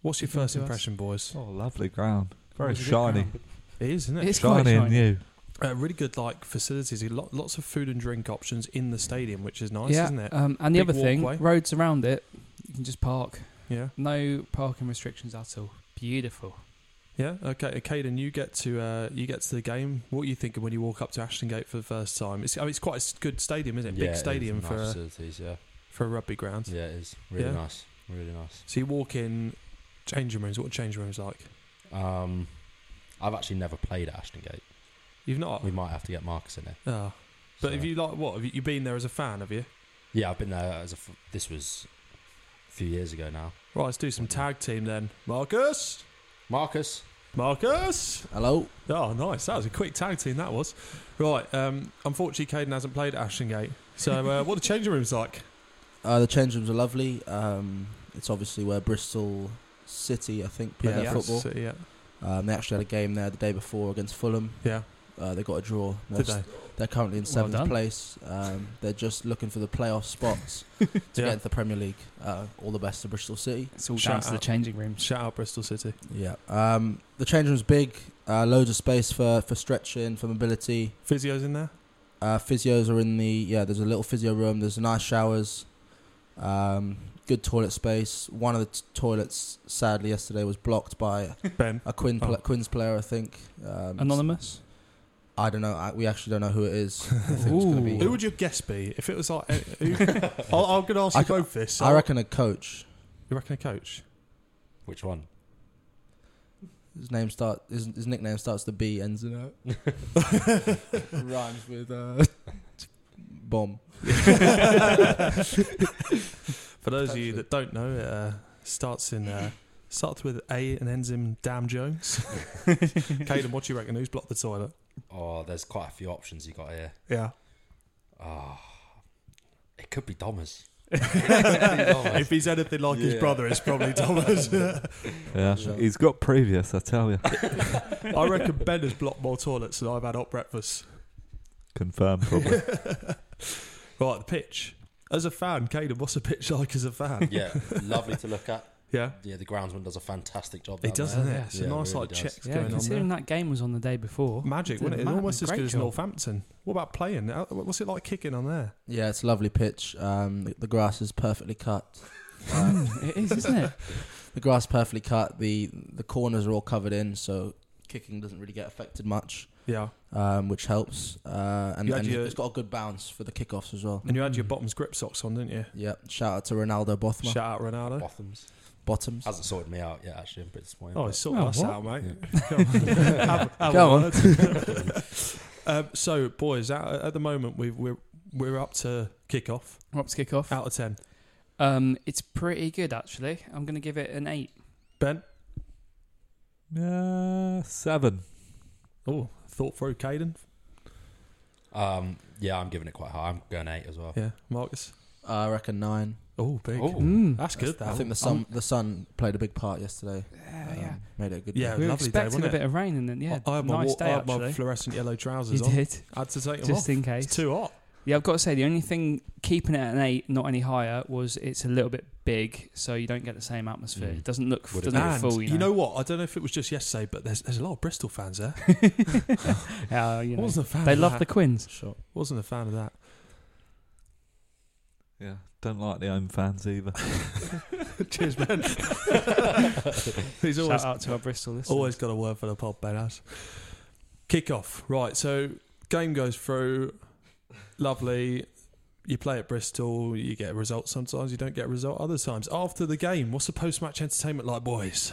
[SPEAKER 2] What's your
[SPEAKER 1] Speaking
[SPEAKER 2] first
[SPEAKER 1] to us.
[SPEAKER 2] impression, boys?
[SPEAKER 3] Oh, lovely ground. Very
[SPEAKER 1] It's a good
[SPEAKER 3] shiny.
[SPEAKER 1] ground.
[SPEAKER 2] It is, isn't it?
[SPEAKER 1] It's quite
[SPEAKER 3] Shiny and
[SPEAKER 1] shiny.
[SPEAKER 3] new.
[SPEAKER 2] Uh, really good, like facilities. Lo- lots of food and drink options in the stadium, which is nice,
[SPEAKER 1] yeah.
[SPEAKER 2] isn't it?
[SPEAKER 1] Um, and the
[SPEAKER 2] Big
[SPEAKER 1] other thing,
[SPEAKER 2] walkway.
[SPEAKER 1] roads around it, you can just park.
[SPEAKER 2] yeah,
[SPEAKER 1] No parking restrictions at all. Beautiful.
[SPEAKER 2] yeah. Okay, uh, Caden, you get to uh, you get to the game. What are you thinking when you walk up to Ashton Gate for the first time? It's I mean, it's quite a s- good stadium, isn't it?
[SPEAKER 4] Yeah, it
[SPEAKER 2] Big
[SPEAKER 4] is.
[SPEAKER 2] stadium
[SPEAKER 4] nice
[SPEAKER 2] for a,
[SPEAKER 4] facilities, yeah.
[SPEAKER 2] for a rugby ground.
[SPEAKER 4] Yeah, it is. Really
[SPEAKER 2] Yeah.
[SPEAKER 4] nice. Really nice.
[SPEAKER 2] So you walk in, changing rooms. What are changing rooms like?
[SPEAKER 4] Um I've actually never played at Ashton Gate.
[SPEAKER 2] You've not.
[SPEAKER 4] We might have to get Marcus in there.
[SPEAKER 2] Ah. Oh. but
[SPEAKER 4] so-
[SPEAKER 2] have you like what? Have you, you been there as a fan? Have you?
[SPEAKER 4] Yeah, I've been there as a. F- this was a few years ago now.
[SPEAKER 2] Right, let's do some tag team then. Marcus,
[SPEAKER 4] Marcus,
[SPEAKER 2] Marcus.
[SPEAKER 5] Hello.
[SPEAKER 2] Oh, nice. That was a quick tag team. That was. Right. Um, unfortunately, Caden hasn't played at Ashton Gate. So, uh, what the changing rooms like?
[SPEAKER 5] Uh, the change rooms are lovely. Um, it's obviously where Bristol City, I think, play their
[SPEAKER 2] yeah,
[SPEAKER 5] football.
[SPEAKER 2] so, yeah,
[SPEAKER 5] Um, they actually had a game there the day before against Fulham.
[SPEAKER 2] yeah.
[SPEAKER 5] Uh, they got a draw.
[SPEAKER 2] Did
[SPEAKER 5] They're,
[SPEAKER 2] they?
[SPEAKER 5] they're currently in seventh
[SPEAKER 1] done.
[SPEAKER 5] place. Um, they're just looking for the playoff spots to get
[SPEAKER 2] Yeah.
[SPEAKER 5] into the Premier League. Uh, all the best to Bristol City.
[SPEAKER 1] It's all
[SPEAKER 2] Shout
[SPEAKER 1] down to the
[SPEAKER 2] out.
[SPEAKER 1] changing rooms.
[SPEAKER 2] Shout out Bristol City.
[SPEAKER 5] Yeah. Um, the change room's big. Uh, loads of space for, for stretching, for mobility.
[SPEAKER 2] Physio's in there.
[SPEAKER 5] Uh, physios are in the yeah. There's a little physio room. There's nice showers, um, good toilet space. One of the t- toilets, sadly, yesterday was blocked by
[SPEAKER 2] Ben.
[SPEAKER 5] a Quinn pl-
[SPEAKER 2] Oh.
[SPEAKER 5] Quinn's player, I think. Um,
[SPEAKER 1] Anonymous.
[SPEAKER 5] I don't know. I, we actually don't know who it is. I think it's gonna be-
[SPEAKER 1] Ooh.
[SPEAKER 2] Who would your guess be if it was like? uh, Who, I'll, I'm gonna ask
[SPEAKER 5] I
[SPEAKER 2] you
[SPEAKER 5] c-
[SPEAKER 2] both this.
[SPEAKER 5] I reckon a coach.
[SPEAKER 2] You reckon a coach?
[SPEAKER 4] which one?
[SPEAKER 5] His name start. His, his nickname starts with a B, ends in a. rhymes with uh, bomb.
[SPEAKER 2] For those of you that don't know, it uh, starts in uh, starts with A and ends in Damn Jones. Caden, what do you reckon? Who's blocked the toilet?
[SPEAKER 4] Oh, there's quite a few options you got here.
[SPEAKER 2] Yeah.
[SPEAKER 4] Oh, it could be Dommers.
[SPEAKER 2] if he's anything like his
[SPEAKER 4] Yeah.
[SPEAKER 2] brother, it's probably Thomas.
[SPEAKER 3] Yeah,
[SPEAKER 5] Sure.
[SPEAKER 3] he's got previous, I tell you.
[SPEAKER 2] I reckon Ben has blocked more toilets than I've had hot breakfast.
[SPEAKER 3] Confirmed, probably.
[SPEAKER 2] right, the pitch. As a fan, Caden, what's a pitch like as a fan?
[SPEAKER 4] yeah, lovely to look at.
[SPEAKER 2] Yeah.
[SPEAKER 4] Yeah, the groundsman does a fantastic job.
[SPEAKER 2] He
[SPEAKER 4] down
[SPEAKER 2] does,
[SPEAKER 4] there.
[SPEAKER 2] doesn't it?
[SPEAKER 1] yeah.
[SPEAKER 2] It's
[SPEAKER 4] Yeah,
[SPEAKER 2] a
[SPEAKER 4] it
[SPEAKER 2] nice,
[SPEAKER 4] really
[SPEAKER 2] like,
[SPEAKER 4] does.
[SPEAKER 2] checks
[SPEAKER 1] Yeah,
[SPEAKER 2] going on there.
[SPEAKER 1] considering that game was on the day before.
[SPEAKER 2] Magic,
[SPEAKER 1] Did
[SPEAKER 2] wasn't it?
[SPEAKER 1] a ma-
[SPEAKER 2] Almost as
[SPEAKER 1] great
[SPEAKER 2] good as
[SPEAKER 1] job.
[SPEAKER 2] Northampton. What about playing? How- What's it like kicking on there?
[SPEAKER 5] Yeah, it's a lovely pitch. Um, the, the grass is perfectly cut. Um,
[SPEAKER 1] it is, isn't it?
[SPEAKER 5] The grass perfectly cut. The the corners are all covered in, so kicking doesn't really get affected much,
[SPEAKER 2] Yeah.
[SPEAKER 5] um, which helps. Uh, and
[SPEAKER 2] You had
[SPEAKER 5] and
[SPEAKER 2] your-
[SPEAKER 5] it's got a good bounce for the kickoffs as well.
[SPEAKER 2] And you had your bottoms grip socks on, didn't you?
[SPEAKER 5] Yeah, shout out to Ronaldo Bothma.
[SPEAKER 2] Shout out Ronaldo.
[SPEAKER 4] Bottoms
[SPEAKER 5] Bottoms.
[SPEAKER 4] hasn't sorted me out yet. Actually, I'm pretty disappointed.
[SPEAKER 2] Oh,
[SPEAKER 4] but-
[SPEAKER 2] it's sorted
[SPEAKER 1] Well,
[SPEAKER 2] us
[SPEAKER 1] what?
[SPEAKER 2] out, mate.
[SPEAKER 4] Yeah.
[SPEAKER 2] Come on. Have- have
[SPEAKER 5] Go
[SPEAKER 2] a
[SPEAKER 5] on.
[SPEAKER 2] word. um, so, boys, at, at the moment we we're we're up to kick off.
[SPEAKER 1] We're up to kick off.
[SPEAKER 2] Out of ten,
[SPEAKER 1] Um, it's pretty good actually. I'm going to give it an eight.
[SPEAKER 2] Ben.
[SPEAKER 3] Yeah, seven.
[SPEAKER 2] Oh, thought through, Caden.
[SPEAKER 4] Um, yeah, I'm giving it quite high. I'm going eight as well.
[SPEAKER 2] Yeah, Marcus.
[SPEAKER 5] Uh, I reckon nine.
[SPEAKER 2] Oh, big.
[SPEAKER 4] Oh.
[SPEAKER 1] Mm.
[SPEAKER 2] That's good. That
[SPEAKER 5] I think
[SPEAKER 2] one.
[SPEAKER 5] the sun the sun played a big part yesterday.
[SPEAKER 1] yeah,
[SPEAKER 5] Um,
[SPEAKER 1] Oh, yeah.
[SPEAKER 5] Made it a good.
[SPEAKER 2] Yeah,
[SPEAKER 1] we were
[SPEAKER 2] lovely day,
[SPEAKER 1] expecting
[SPEAKER 2] wasn't
[SPEAKER 1] a
[SPEAKER 2] it?
[SPEAKER 1] bit of rain and then yeah,
[SPEAKER 2] I, I had my,
[SPEAKER 1] nice
[SPEAKER 2] wa-
[SPEAKER 1] day
[SPEAKER 2] I had my
[SPEAKER 1] actually.
[SPEAKER 2] fluorescent yellow
[SPEAKER 1] you
[SPEAKER 2] trousers on.
[SPEAKER 1] did,
[SPEAKER 2] Had to take them
[SPEAKER 1] just
[SPEAKER 2] off.
[SPEAKER 1] in case.
[SPEAKER 2] It's too hot.
[SPEAKER 1] Yeah, I've got to say the only thing keeping it at an eight, not any higher, was it's a little bit big, so you don't get the same atmosphere.
[SPEAKER 4] Mm.
[SPEAKER 1] It doesn't look
[SPEAKER 4] Would have
[SPEAKER 1] doesn't
[SPEAKER 4] been.
[SPEAKER 1] look
[SPEAKER 2] And
[SPEAKER 1] full. You know,
[SPEAKER 2] what? I don't know if it was just yesterday, but there's there's a lot of Bristol fans there.
[SPEAKER 1] Uh, you know.
[SPEAKER 2] Wasn't a fan.
[SPEAKER 1] they
[SPEAKER 2] of
[SPEAKER 1] love
[SPEAKER 2] that.
[SPEAKER 1] the Quins.
[SPEAKER 5] Sure.
[SPEAKER 2] Wasn't a fan of that.
[SPEAKER 3] Yeah, don't like the home fans either.
[SPEAKER 2] Cheers, Ben. He's always
[SPEAKER 1] Shout out to our Bristol listeners.
[SPEAKER 2] Always got a word for the pod, Ben has. Kick off. Right, so game goes through. Lovely. You play at Bristol, you get a result sometimes, you don't get a result other times. After the game, what's the post match entertainment like, boys?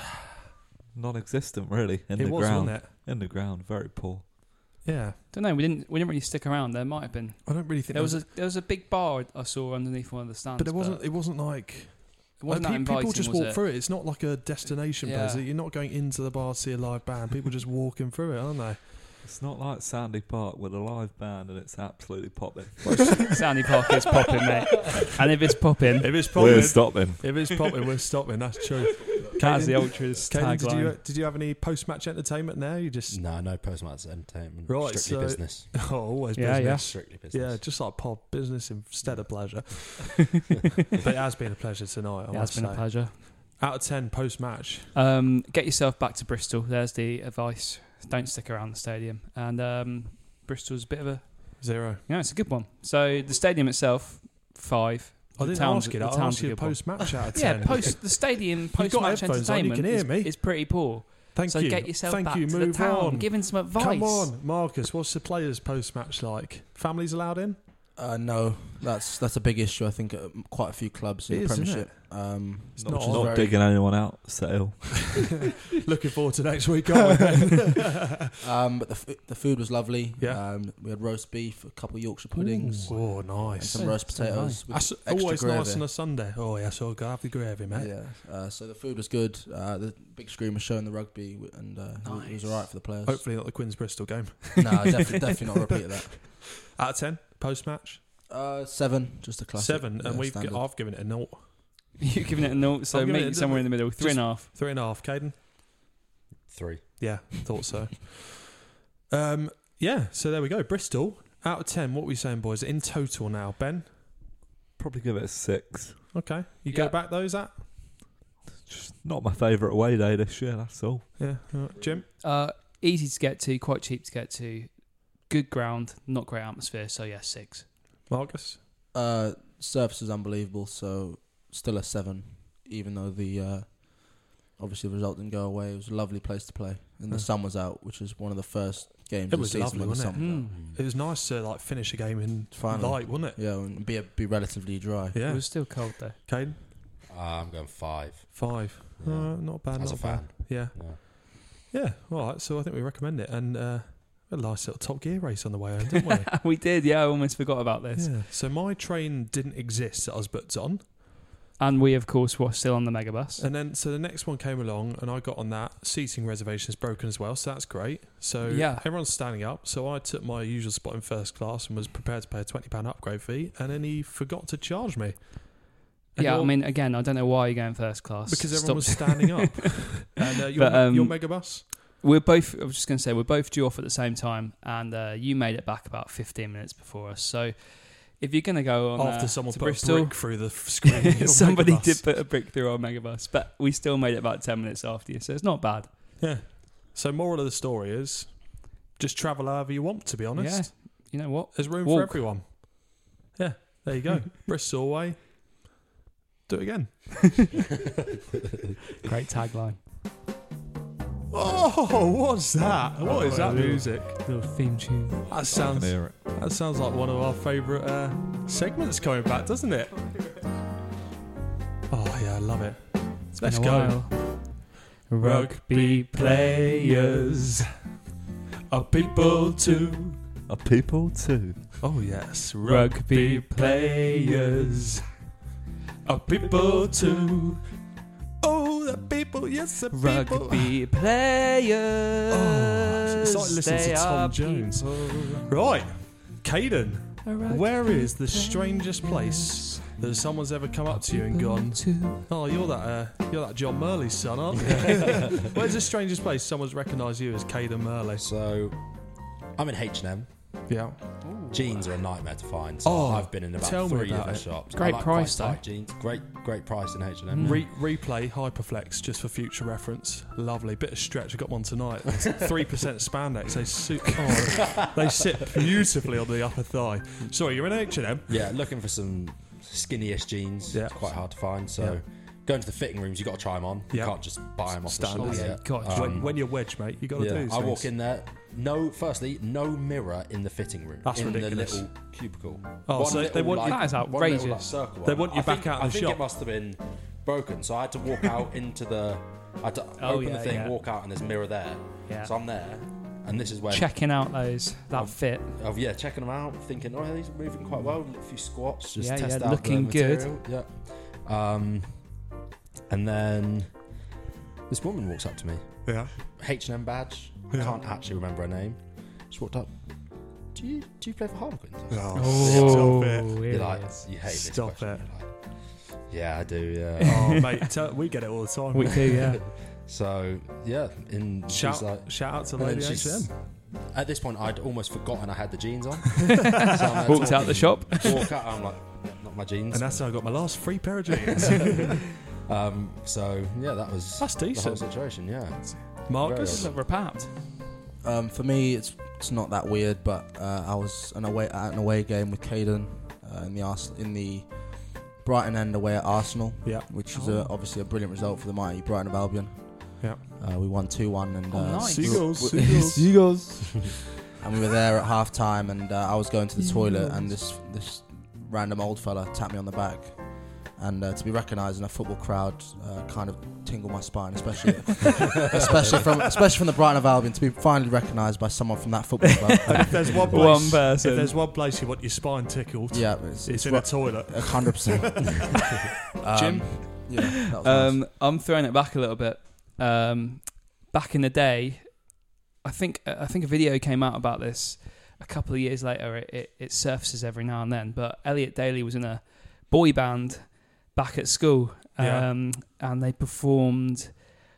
[SPEAKER 3] Non-existent, really. In
[SPEAKER 2] it
[SPEAKER 3] the
[SPEAKER 2] was,
[SPEAKER 3] ground,
[SPEAKER 2] wasn't it?
[SPEAKER 3] in the ground, very poor.
[SPEAKER 2] Yeah.
[SPEAKER 1] Don't know. We didn't. We didn't really stick around. There might have been.
[SPEAKER 2] I don't really think
[SPEAKER 1] There was a there was a big bar I saw underneath one of the stands.
[SPEAKER 2] but it wasn't it wasn't like
[SPEAKER 1] It wasn't
[SPEAKER 2] like,
[SPEAKER 1] that
[SPEAKER 2] pe-
[SPEAKER 1] inviting.
[SPEAKER 2] people just
[SPEAKER 1] was
[SPEAKER 2] walk
[SPEAKER 1] it?
[SPEAKER 2] through it. It's not like a destination
[SPEAKER 1] Yeah.
[SPEAKER 2] place. You're not going into the bar to see a live band. People just walking through it, aren't they?
[SPEAKER 3] It's not like Sandy Park with a live band and it's absolutely popping.
[SPEAKER 1] Sandy Park is popping, mate. And if it's popping,
[SPEAKER 2] If it's popping,
[SPEAKER 3] We're
[SPEAKER 2] if
[SPEAKER 3] stopping.
[SPEAKER 2] it's popping, we're stopping. That's true.
[SPEAKER 1] that's the ultras
[SPEAKER 2] Caden, did
[SPEAKER 1] tagline.
[SPEAKER 2] you did you have any post match entertainment there? You just
[SPEAKER 4] No, no post-match entertainment.
[SPEAKER 2] Right,
[SPEAKER 4] strictly
[SPEAKER 2] so-
[SPEAKER 4] business.
[SPEAKER 2] oh, always
[SPEAKER 1] Mm. Yeah,
[SPEAKER 2] business.
[SPEAKER 4] strictly business.
[SPEAKER 2] Yeah, just like pod business instead of pleasure. but it has been a pleasure tonight. I
[SPEAKER 1] It has
[SPEAKER 2] must
[SPEAKER 1] been a
[SPEAKER 2] say.
[SPEAKER 1] pleasure.
[SPEAKER 2] Out of ten post match,
[SPEAKER 1] Um, get yourself back to Bristol. There's the advice. Don't stick around the stadium. And um, Bristol's a bit of a.
[SPEAKER 2] zero.
[SPEAKER 1] You know, it's a good one. So the stadium itself, five.
[SPEAKER 2] I didn't
[SPEAKER 1] town's-
[SPEAKER 2] ask it.
[SPEAKER 1] the
[SPEAKER 2] I
[SPEAKER 1] town's
[SPEAKER 2] asked
[SPEAKER 1] a
[SPEAKER 2] you
[SPEAKER 1] good one.
[SPEAKER 2] post match out of ten.
[SPEAKER 1] Yeah, post the stadium
[SPEAKER 2] got
[SPEAKER 1] post match
[SPEAKER 2] headphones on, you
[SPEAKER 1] entertainment
[SPEAKER 2] can hear
[SPEAKER 1] is,
[SPEAKER 2] me.
[SPEAKER 1] is pretty poor.
[SPEAKER 2] Thank
[SPEAKER 1] so
[SPEAKER 2] you.
[SPEAKER 1] get yourself
[SPEAKER 2] Thank
[SPEAKER 1] back
[SPEAKER 2] you.
[SPEAKER 1] to
[SPEAKER 2] Move
[SPEAKER 1] the town,
[SPEAKER 2] on.
[SPEAKER 1] giving some advice.
[SPEAKER 2] Come on, Marcus. What's the players post match like? Families allowed in?
[SPEAKER 5] Uh, no, that's that's a big issue. I think at m- quite a few clubs in
[SPEAKER 2] It
[SPEAKER 5] the
[SPEAKER 2] is, isn't
[SPEAKER 5] Premiership. Um,
[SPEAKER 2] It's
[SPEAKER 5] which
[SPEAKER 2] not
[SPEAKER 5] is
[SPEAKER 2] on.
[SPEAKER 3] not
[SPEAKER 5] very-
[SPEAKER 3] digging anyone out, Sale.
[SPEAKER 2] Looking forward to next week, aren't we? Ben?
[SPEAKER 5] Um, but the f- the food was lovely.
[SPEAKER 2] Yeah.
[SPEAKER 5] Um, we had roast beef, a couple of Yorkshire puddings,
[SPEAKER 2] oh,
[SPEAKER 5] and
[SPEAKER 2] nice.
[SPEAKER 5] some roast
[SPEAKER 1] Sounds
[SPEAKER 5] potatoes. with
[SPEAKER 2] That's
[SPEAKER 5] extra
[SPEAKER 2] always nice
[SPEAKER 5] gravy.
[SPEAKER 2] on a Sunday. Oh, yeah, so I've got to have the gravy, mate.
[SPEAKER 5] Yeah. Uh, so the food was good. Uh, the big screen was showing the rugby, w- and uh, it was- it was
[SPEAKER 1] Nice.
[SPEAKER 5] all right for the players.
[SPEAKER 2] Hopefully not the Queen's Bristol game.
[SPEAKER 5] no, definitely, definitely not a repeat of that.
[SPEAKER 2] Out of 10, post-match,
[SPEAKER 5] Uh, seven, just a classic.
[SPEAKER 2] 7,
[SPEAKER 5] yeah,
[SPEAKER 2] and we've
[SPEAKER 5] standard.
[SPEAKER 2] got, I've given it a naught.
[SPEAKER 1] You're giving it a note, so
[SPEAKER 2] I'm giving
[SPEAKER 1] make
[SPEAKER 2] it
[SPEAKER 1] it
[SPEAKER 2] a-
[SPEAKER 1] somewhere in the middle. Three and a half.
[SPEAKER 2] Three and a half, Caden?
[SPEAKER 4] Three.
[SPEAKER 2] Yeah, thought so. um, yeah, so there we go. Bristol, out of 10, what were you saying, boys? In total now, Ben?
[SPEAKER 3] Probably give it a six.
[SPEAKER 2] Okay. You
[SPEAKER 1] Yeah.
[SPEAKER 2] go back those at?
[SPEAKER 3] Just not my favourite away day this year. That's all.
[SPEAKER 2] Yeah. all right. Jim?
[SPEAKER 1] Uh, easy to get to, quite cheap to get to. Good ground, not great atmosphere. So yeah, six.
[SPEAKER 2] Marcus?
[SPEAKER 5] Uh, service is unbelievable, so still a seven, even though the uh, obviously the result didn't go away. It was a lovely place to play, and the
[SPEAKER 2] Yeah.
[SPEAKER 5] sun was out, which is one of the first
[SPEAKER 2] It
[SPEAKER 5] games of the
[SPEAKER 2] was
[SPEAKER 5] season
[SPEAKER 2] lovely,
[SPEAKER 5] when the
[SPEAKER 2] wasn't it?
[SPEAKER 5] sun was out.
[SPEAKER 2] It
[SPEAKER 4] Mm.
[SPEAKER 2] was nice to like finish a game in
[SPEAKER 5] Finally.
[SPEAKER 2] light, wasn't it?
[SPEAKER 5] Yeah, and be be relatively dry.
[SPEAKER 1] It
[SPEAKER 2] Yeah.
[SPEAKER 1] was still cold though.
[SPEAKER 2] Caden?
[SPEAKER 4] Uh, I'm going five.
[SPEAKER 2] Five.
[SPEAKER 4] Yeah.
[SPEAKER 2] Uh, not bad,
[SPEAKER 4] As
[SPEAKER 2] not
[SPEAKER 4] a
[SPEAKER 2] bad.
[SPEAKER 4] fan.
[SPEAKER 2] Yeah.
[SPEAKER 4] Yeah.
[SPEAKER 2] Yeah. All right. So I think we recommend it. And uh, a nice little Top Gear race on the way home, didn't we?
[SPEAKER 1] we did, yeah. I almost forgot about this.
[SPEAKER 2] yeah. So my train didn't exist that I was booked on.
[SPEAKER 1] And we, of course, were still on the megabus.
[SPEAKER 2] And then, so the next one came along, and I got on that. Seating reservations broken as well, so that's great. So
[SPEAKER 1] Yeah.
[SPEAKER 2] everyone's standing up. So I took my usual spot in first class and was prepared to pay a twenty pound upgrade fee, and then he forgot to charge me. And
[SPEAKER 1] yeah, I
[SPEAKER 2] you're-
[SPEAKER 1] mean, again, I don't know why you're going first class.
[SPEAKER 2] because everyone
[SPEAKER 1] Stop-
[SPEAKER 2] was standing up. and uh, your,
[SPEAKER 1] But, um,
[SPEAKER 2] your megabus.
[SPEAKER 1] We're both. I was just going to say we're both due off at the same time, and uh, you made it back about 15 minutes before us. So if you're going to go on
[SPEAKER 2] After
[SPEAKER 1] uh,
[SPEAKER 2] someone
[SPEAKER 1] to
[SPEAKER 2] put a
[SPEAKER 1] Bristol,
[SPEAKER 2] brick through the f- screen, of your
[SPEAKER 1] somebody
[SPEAKER 2] megabus.
[SPEAKER 1] did put a brick through our megabus, but we still made it about 10 minutes after you, so it's not bad.
[SPEAKER 2] Yeah. So moral of the story is, just travel however you want. To be honest,
[SPEAKER 1] You know what?
[SPEAKER 2] there's room for
[SPEAKER 1] Walk.
[SPEAKER 2] everyone. Yeah, there you go. Bristol away. Do it again.
[SPEAKER 1] Great tagline.
[SPEAKER 2] Oh, what's that? What is that music?
[SPEAKER 1] Little theme tune.
[SPEAKER 2] Oh, That sounds
[SPEAKER 3] Can hear it.
[SPEAKER 2] that sounds like one of our favourite uh, segments coming back, doesn't it? Oh yeah, I love it. Let's go.
[SPEAKER 1] Rugby players
[SPEAKER 2] are people too.
[SPEAKER 3] Are people too?
[SPEAKER 2] Oh yes,
[SPEAKER 1] Rugby
[SPEAKER 2] players are people too. Oh, the people, yes, the people.
[SPEAKER 1] Rugby players.
[SPEAKER 2] Oh, it's like listening to
[SPEAKER 1] they
[SPEAKER 2] Tom
[SPEAKER 1] are
[SPEAKER 2] Jones.
[SPEAKER 1] people.
[SPEAKER 2] Right, Caden.
[SPEAKER 1] A rugby
[SPEAKER 2] Where is the strangest place that someone's ever come up to you and gone,
[SPEAKER 1] to-
[SPEAKER 2] "Oh, you're that uh, you're that John Murley's son, aren't you?" Where's the strangest place someone's recognised you as Caden Murley?
[SPEAKER 4] So I'm in H&M.
[SPEAKER 2] Yeah.
[SPEAKER 4] Jeans are a nightmare to find. So
[SPEAKER 2] Oh,
[SPEAKER 4] I've been in about
[SPEAKER 2] tell me
[SPEAKER 4] three
[SPEAKER 2] about
[SPEAKER 4] different
[SPEAKER 2] it.
[SPEAKER 4] shops.
[SPEAKER 1] Great
[SPEAKER 4] I like
[SPEAKER 1] price,
[SPEAKER 4] quite tight jeans. Great, great price in H&M. yeah.
[SPEAKER 2] Mm. Re- replay Hyperflex just for future reference. Lovely bit of stretch. I got one tonight. Three percent spandex. They suit. Oh, they sit beautifully on the upper thigh. Sorry, you're in H and M.
[SPEAKER 4] Yeah, looking for some skinniest jeans.
[SPEAKER 2] Yeah.
[SPEAKER 4] It's quite hard to find. So
[SPEAKER 2] Yeah.
[SPEAKER 4] going to the fitting rooms, you got to try them on.
[SPEAKER 2] Yeah.
[SPEAKER 4] You can't just buy them off
[SPEAKER 2] Standard.
[SPEAKER 4] the
[SPEAKER 1] Oh,
[SPEAKER 4] shop.
[SPEAKER 1] yeah.
[SPEAKER 4] Yeah. Um,
[SPEAKER 1] God,
[SPEAKER 2] when, when you're wedge, mate, you got to do.
[SPEAKER 4] yeah,
[SPEAKER 2] These
[SPEAKER 4] I walk
[SPEAKER 2] things.
[SPEAKER 4] in there. No, firstly, no mirror in the fitting room.
[SPEAKER 2] That's
[SPEAKER 4] in
[SPEAKER 2] ridiculous.
[SPEAKER 4] the little cubicle.
[SPEAKER 2] Oh, so they want you-
[SPEAKER 1] That is
[SPEAKER 4] one little, like,
[SPEAKER 1] outrageous.
[SPEAKER 4] circle
[SPEAKER 2] They
[SPEAKER 4] one.
[SPEAKER 2] want you
[SPEAKER 4] I think-
[SPEAKER 2] back out of
[SPEAKER 4] I
[SPEAKER 2] the
[SPEAKER 4] think
[SPEAKER 2] shop.
[SPEAKER 4] it must have been broken, so I had to walk out into the. I had to
[SPEAKER 1] Oh,
[SPEAKER 4] open
[SPEAKER 1] yeah,
[SPEAKER 4] the thing,
[SPEAKER 1] yeah.
[SPEAKER 4] walk out, and there's a mirror there.
[SPEAKER 1] Yeah.
[SPEAKER 4] So I'm there, and this is where
[SPEAKER 1] Checking out those that fit.
[SPEAKER 4] Oh yeah, checking them out, thinking, oh, these are moving quite well. A few squats, just
[SPEAKER 1] Yeah,
[SPEAKER 4] test
[SPEAKER 1] yeah,
[SPEAKER 4] out
[SPEAKER 1] looking
[SPEAKER 4] the
[SPEAKER 1] good.
[SPEAKER 4] material. good. Yeah. Um, and then this woman walks up to me,
[SPEAKER 2] Yeah.
[SPEAKER 4] H and M badge. I
[SPEAKER 2] Yeah.
[SPEAKER 4] can't actually remember her name. She walked up. Do you do you play for Harlequins? I was like,
[SPEAKER 2] Oh, stop it.
[SPEAKER 1] here
[SPEAKER 4] You're
[SPEAKER 1] it
[SPEAKER 4] like,
[SPEAKER 1] is.
[SPEAKER 4] you hate this
[SPEAKER 2] Stop
[SPEAKER 4] question.
[SPEAKER 2] it.
[SPEAKER 4] You're like, yeah, I do. Yeah.
[SPEAKER 2] Oh, mate, tell, we get it all the time.
[SPEAKER 1] We do, yeah.
[SPEAKER 4] so yeah, and
[SPEAKER 2] shout,
[SPEAKER 4] she's like.
[SPEAKER 2] shout out to
[SPEAKER 4] and then
[SPEAKER 2] Lady H and
[SPEAKER 4] she's-
[SPEAKER 2] M.
[SPEAKER 4] At this point, I'd almost forgotten I had the jeans on. So I'm there
[SPEAKER 1] Walked out the
[SPEAKER 4] talking,
[SPEAKER 1] shop.
[SPEAKER 4] Walk out. I'm like, not my jeans.
[SPEAKER 2] And that's how I got my last free pair of jeans.
[SPEAKER 4] Um, so yeah, that was
[SPEAKER 2] That's
[SPEAKER 4] the whole
[SPEAKER 2] decent.
[SPEAKER 4] situation. Yeah,
[SPEAKER 2] Marcus,
[SPEAKER 4] Very
[SPEAKER 1] Repapped.
[SPEAKER 5] Um, for me, it's it's not that weird, but uh, I was an away at an away game with Caden uh, in the Ars- in the Brighton end away at Arsenal,
[SPEAKER 2] Yeah.
[SPEAKER 5] which was a,
[SPEAKER 1] Oh.
[SPEAKER 5] obviously a brilliant result for the mighty Brighton of Albion.
[SPEAKER 2] Yeah.
[SPEAKER 5] uh, we won two one, and
[SPEAKER 1] Oh,
[SPEAKER 5] uh,
[SPEAKER 1] nice.
[SPEAKER 5] we were-
[SPEAKER 2] Seagulls,
[SPEAKER 5] we-
[SPEAKER 2] seagulls.
[SPEAKER 5] seagulls. and we were there at half time, and uh, I was going to the
[SPEAKER 1] Yeah,
[SPEAKER 5] toilet,
[SPEAKER 1] it
[SPEAKER 5] and
[SPEAKER 1] was.
[SPEAKER 5] this this random old fella tapped me on the back, and uh, to be recognised in a football crowd uh, kind of tingled my spine, especially especially from especially from the Brighton of Albion. To be finally recognised by someone from that football
[SPEAKER 2] And
[SPEAKER 5] club,
[SPEAKER 2] if there's one place,
[SPEAKER 1] One
[SPEAKER 2] if
[SPEAKER 1] person.
[SPEAKER 2] there's one place you want your spine tickled,
[SPEAKER 5] yeah, it's,
[SPEAKER 2] it's
[SPEAKER 5] it's
[SPEAKER 2] in a toilet.
[SPEAKER 5] hundred percent. Um,
[SPEAKER 1] Jim?
[SPEAKER 5] yeah, that was nice.
[SPEAKER 1] Um, I'm throwing it back a little bit. Um, back in the day, I think uh, I think a video came out about this a couple of years later. It, it, it surfaces every now and then. But Elliot Daly was in a boy band back at school,
[SPEAKER 2] Yeah.
[SPEAKER 1] um, and they performed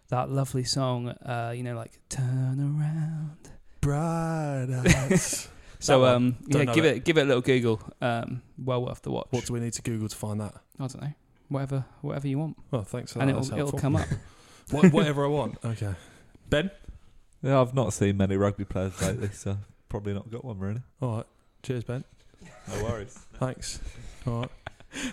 [SPEAKER 1] that lovely song. Uh, you know, like "Turn Around."
[SPEAKER 2] Bright eyes.
[SPEAKER 1] So
[SPEAKER 2] one.
[SPEAKER 1] um,
[SPEAKER 2] Don't
[SPEAKER 1] yeah,
[SPEAKER 2] know
[SPEAKER 1] give
[SPEAKER 2] it.
[SPEAKER 1] it give it a little Google. Um, well worth the watch.
[SPEAKER 2] what do we need to Google to find that?
[SPEAKER 1] I don't know. Whatever, whatever you want,
[SPEAKER 2] Well, thanks for Oh, that.
[SPEAKER 1] and
[SPEAKER 2] that's
[SPEAKER 1] it'll it'll
[SPEAKER 2] helpful.
[SPEAKER 1] come up.
[SPEAKER 2] Wha- whatever I want. Okay. Ben?
[SPEAKER 3] Yeah, I've not seen many rugby players like this, so probably not got one really.
[SPEAKER 2] All right. Cheers, Ben.
[SPEAKER 3] No worries.
[SPEAKER 2] Thanks. All right.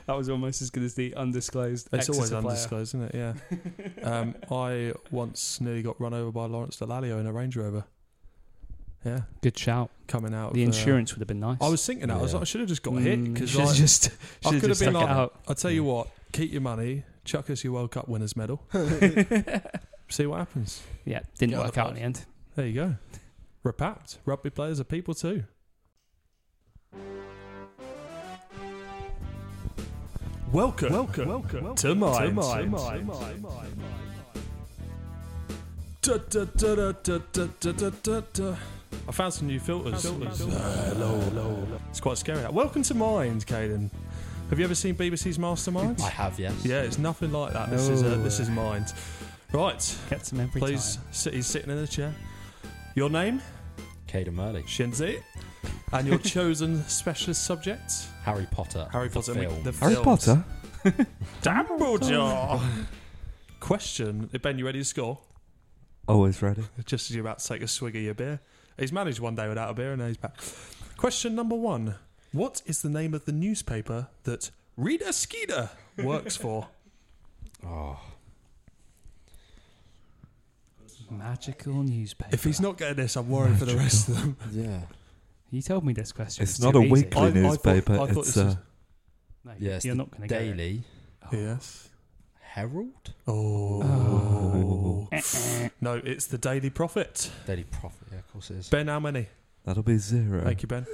[SPEAKER 1] That was almost as good as the undisclosed.
[SPEAKER 2] It's always
[SPEAKER 1] Exeter player.
[SPEAKER 2] undisclosed, isn't it? Yeah. um, I once nearly got run over by Lawrence Delalio in a Range Rover. Yeah.
[SPEAKER 1] Good shout.
[SPEAKER 2] Coming out
[SPEAKER 1] The
[SPEAKER 2] of, uh,
[SPEAKER 1] insurance would have been nice.
[SPEAKER 2] I was thinking that. I was
[SPEAKER 4] Yeah.
[SPEAKER 2] like, I should have just got
[SPEAKER 1] Mm,
[SPEAKER 2] hit because
[SPEAKER 1] should've
[SPEAKER 2] I,
[SPEAKER 1] just
[SPEAKER 2] I
[SPEAKER 1] should
[SPEAKER 2] could have been
[SPEAKER 1] stuck
[SPEAKER 2] like,
[SPEAKER 1] it out.
[SPEAKER 2] I tell you what, keep your money, chuck us your World Cup winners medal, see what happens.
[SPEAKER 1] yeah, didn't
[SPEAKER 5] Yeah,
[SPEAKER 1] work out in the end.
[SPEAKER 2] There you go. Repapped. Rugby players are people too. Welcome, welcome, welcome, to mine. To mine. Da, da, da, da, da, da, da, da, da, da. I found some new filters. Uh, low, low. It's quite scary. Welcome to Mind, Caden. Have you ever seen BBC's Masterminds?
[SPEAKER 4] I have, yes.
[SPEAKER 2] Yeah, it's nothing like that. This is uh,
[SPEAKER 1] No.
[SPEAKER 2] this is Mind. Right,
[SPEAKER 1] Get some every
[SPEAKER 2] please. Sit, he's sitting in the chair. Your name?
[SPEAKER 4] Caden Murley.
[SPEAKER 2] Shinzi. And your chosen specialist subject?
[SPEAKER 4] Harry Potter.
[SPEAKER 2] Harry
[SPEAKER 4] the
[SPEAKER 2] Potter.
[SPEAKER 4] film.
[SPEAKER 2] The
[SPEAKER 3] Harry
[SPEAKER 2] films.
[SPEAKER 3] Potter. Oh.
[SPEAKER 2] Dumbledore. Question. Ben, you ready to score?
[SPEAKER 3] Always ready.
[SPEAKER 2] Just as you're about to take a swig of your beer. He's managed one day without a beer and now he's back. Question number one. What is the name of the newspaper that Rita Skeeter works for?
[SPEAKER 4] Oh,
[SPEAKER 1] Magical newspaper.
[SPEAKER 2] if he's not getting this, I'm worried for the rest of them.
[SPEAKER 4] yeah.
[SPEAKER 1] you told me this question.
[SPEAKER 3] It's
[SPEAKER 1] too
[SPEAKER 3] not a
[SPEAKER 1] easy.
[SPEAKER 3] weekly
[SPEAKER 2] I- I thought-
[SPEAKER 3] newspaper.
[SPEAKER 2] I thought
[SPEAKER 3] it's
[SPEAKER 2] this was-
[SPEAKER 3] uh,
[SPEAKER 1] No,
[SPEAKER 4] Yes,
[SPEAKER 1] you're
[SPEAKER 4] the
[SPEAKER 1] not going to get it.
[SPEAKER 4] Daily
[SPEAKER 2] Yes.
[SPEAKER 4] Herald?
[SPEAKER 2] Oh.
[SPEAKER 1] Oh.
[SPEAKER 2] No, it's the Daily Prophet.
[SPEAKER 4] Daily Prophet, yeah, of course it is.
[SPEAKER 2] Ben, how many?
[SPEAKER 3] that'll be zero.
[SPEAKER 2] Thank you, Ben.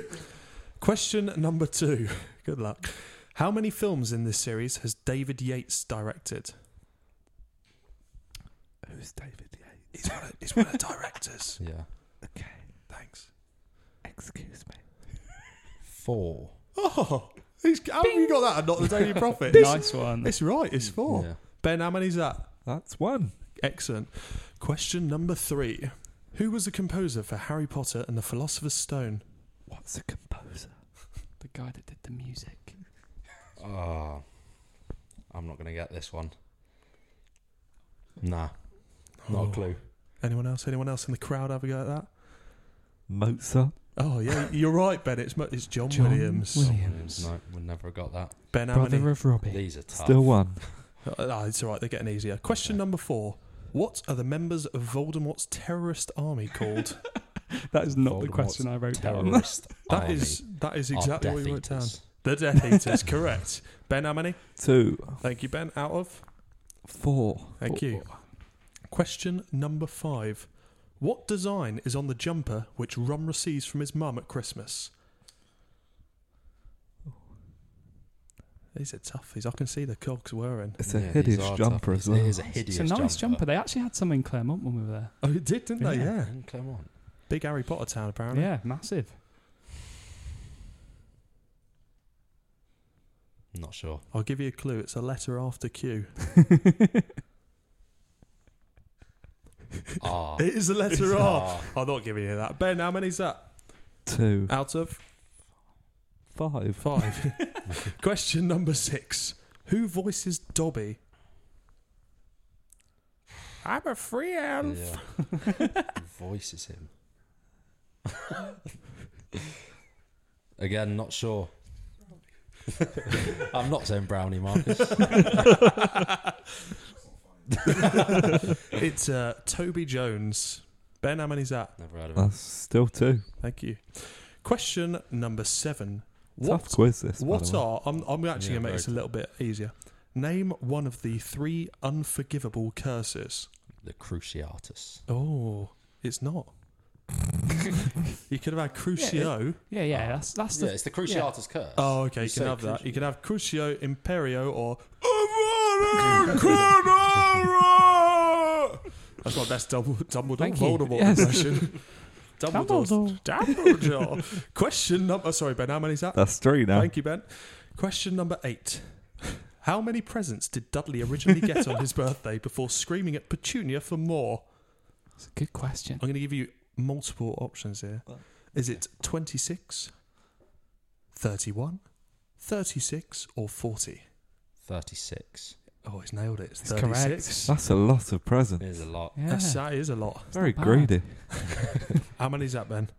[SPEAKER 2] Question number two. Good luck. How many films in this series has David Yates directed?
[SPEAKER 3] Who's David Yates?
[SPEAKER 2] He's one of, he's one of the directors.
[SPEAKER 4] Yeah.
[SPEAKER 3] Okay,
[SPEAKER 2] Thanks.
[SPEAKER 3] excuse me.
[SPEAKER 4] Four.
[SPEAKER 2] Oh, he's, how have you got that and not the Daily Prophet?
[SPEAKER 1] nice one.
[SPEAKER 2] It's right, it's four.
[SPEAKER 4] Yeah.
[SPEAKER 2] Ben, how many's that?
[SPEAKER 3] That's one.
[SPEAKER 2] Excellent. Question number three. Who was the composer for Harry Potter and the Philosopher's Stone?
[SPEAKER 3] What's a composer?
[SPEAKER 1] The guy that did the music.
[SPEAKER 4] Oh, I'm not going to get this one. Nah, not
[SPEAKER 2] Oh.
[SPEAKER 4] a clue.
[SPEAKER 2] Anyone else? Anyone else in the crowd have a go at that?
[SPEAKER 3] Mozart.
[SPEAKER 2] Oh, yeah, you're right, Ben. It's, Mo- it's John,
[SPEAKER 1] John
[SPEAKER 2] Williams.
[SPEAKER 1] Williams.
[SPEAKER 4] No, we never got that.
[SPEAKER 2] Ben, how many?
[SPEAKER 1] Brother of Robbie.
[SPEAKER 4] These are tough.
[SPEAKER 3] Still one.
[SPEAKER 2] Uh, ah, it's all right. They're getting easier. Question
[SPEAKER 4] Okay.
[SPEAKER 2] number four: What are the members of Voldemort's terrorist army called?
[SPEAKER 1] That is not the
[SPEAKER 4] Voldemort's
[SPEAKER 1] question I wrote down.
[SPEAKER 4] Terrorist.
[SPEAKER 2] That
[SPEAKER 4] army
[SPEAKER 2] is that is
[SPEAKER 4] of
[SPEAKER 2] exactly
[SPEAKER 4] Death
[SPEAKER 2] what you wrote down.
[SPEAKER 4] Eaters.
[SPEAKER 2] The Death Eaters, correct. Ben, how many?
[SPEAKER 3] Two.
[SPEAKER 2] Thank you, Ben. Out of.
[SPEAKER 3] Four.
[SPEAKER 2] Thank you. Question number five: What design is on the jumper which Ron receives from his mum at Christmas? These are tough. These I can see the cogs whirring.
[SPEAKER 3] It's a
[SPEAKER 4] Yeah, these
[SPEAKER 3] hideous
[SPEAKER 4] are
[SPEAKER 3] jumper
[SPEAKER 4] tough.
[SPEAKER 3] as well.
[SPEAKER 4] It is a hideous
[SPEAKER 1] It's a nice
[SPEAKER 4] jumper.
[SPEAKER 1] jumper. They actually had some in Claremont when we were there.
[SPEAKER 2] Oh, it did, didn't they?
[SPEAKER 1] Yeah.
[SPEAKER 2] Yeah.
[SPEAKER 4] In Claremont.
[SPEAKER 2] Big Harry Potter town, apparently.
[SPEAKER 1] Yeah, massive.
[SPEAKER 4] Not sure.
[SPEAKER 2] I'll give you a clue. It's a letter after Q.
[SPEAKER 4] Ah.
[SPEAKER 2] It is a letter R.
[SPEAKER 4] Ah.
[SPEAKER 2] I'm not giving you that. Ben, how many's that?
[SPEAKER 3] Two.
[SPEAKER 2] Out of
[SPEAKER 3] Five.
[SPEAKER 2] five. Question number six. Who voices Dobby? I'm a free elf.
[SPEAKER 4] Yeah. Voices him. Again, not sure. I'm not saying brownie, Marcus.
[SPEAKER 2] It's uh, Toby Jones. Ben, how many's that?
[SPEAKER 4] Never heard of him.
[SPEAKER 3] That's still two.
[SPEAKER 2] Thank you. Question number seven.
[SPEAKER 3] Tough quiz this. by
[SPEAKER 2] What
[SPEAKER 3] the way.
[SPEAKER 2] are I'm I'm actually
[SPEAKER 4] Yeah,
[SPEAKER 2] gonna make
[SPEAKER 4] very
[SPEAKER 2] this a little bit easier. Name one of the three unforgivable curses.
[SPEAKER 4] The Cruciatus.
[SPEAKER 2] Oh, it's not. you could have had Crucio.
[SPEAKER 1] Yeah, yeah, that's that's
[SPEAKER 4] Yeah,
[SPEAKER 1] the
[SPEAKER 4] it's the Cruciatus curse.
[SPEAKER 2] Oh, okay. You,
[SPEAKER 4] say
[SPEAKER 2] can have that.
[SPEAKER 4] Cruci-
[SPEAKER 2] You can have Crucio, Imperio, or that's my best double Dumbledore
[SPEAKER 1] Thank you.
[SPEAKER 2] Voldemort
[SPEAKER 1] Yes.
[SPEAKER 2] impression. Dumbledore.
[SPEAKER 1] Dumbledore.
[SPEAKER 2] Dumbledore. Question number. Sorry, Ben. How many's that?
[SPEAKER 3] That's three now.
[SPEAKER 2] Thank you, Ben. Question number eight. How many presents did Dudley originally get on his birthday before screaming at Petunia for more?
[SPEAKER 1] It's a good question.
[SPEAKER 2] I'm going to give you multiple options here.
[SPEAKER 3] Oh.
[SPEAKER 2] Is it 26, 31, 36, or 40?
[SPEAKER 4] 36.
[SPEAKER 2] Oh, he's nailed it. It's
[SPEAKER 1] It's
[SPEAKER 2] 36.
[SPEAKER 3] That's a lot of presents.
[SPEAKER 4] There's a lot.
[SPEAKER 1] Yeah.
[SPEAKER 2] That's, that is a lot.
[SPEAKER 3] Very
[SPEAKER 1] bad.
[SPEAKER 3] greedy.
[SPEAKER 2] How many's that, Ben?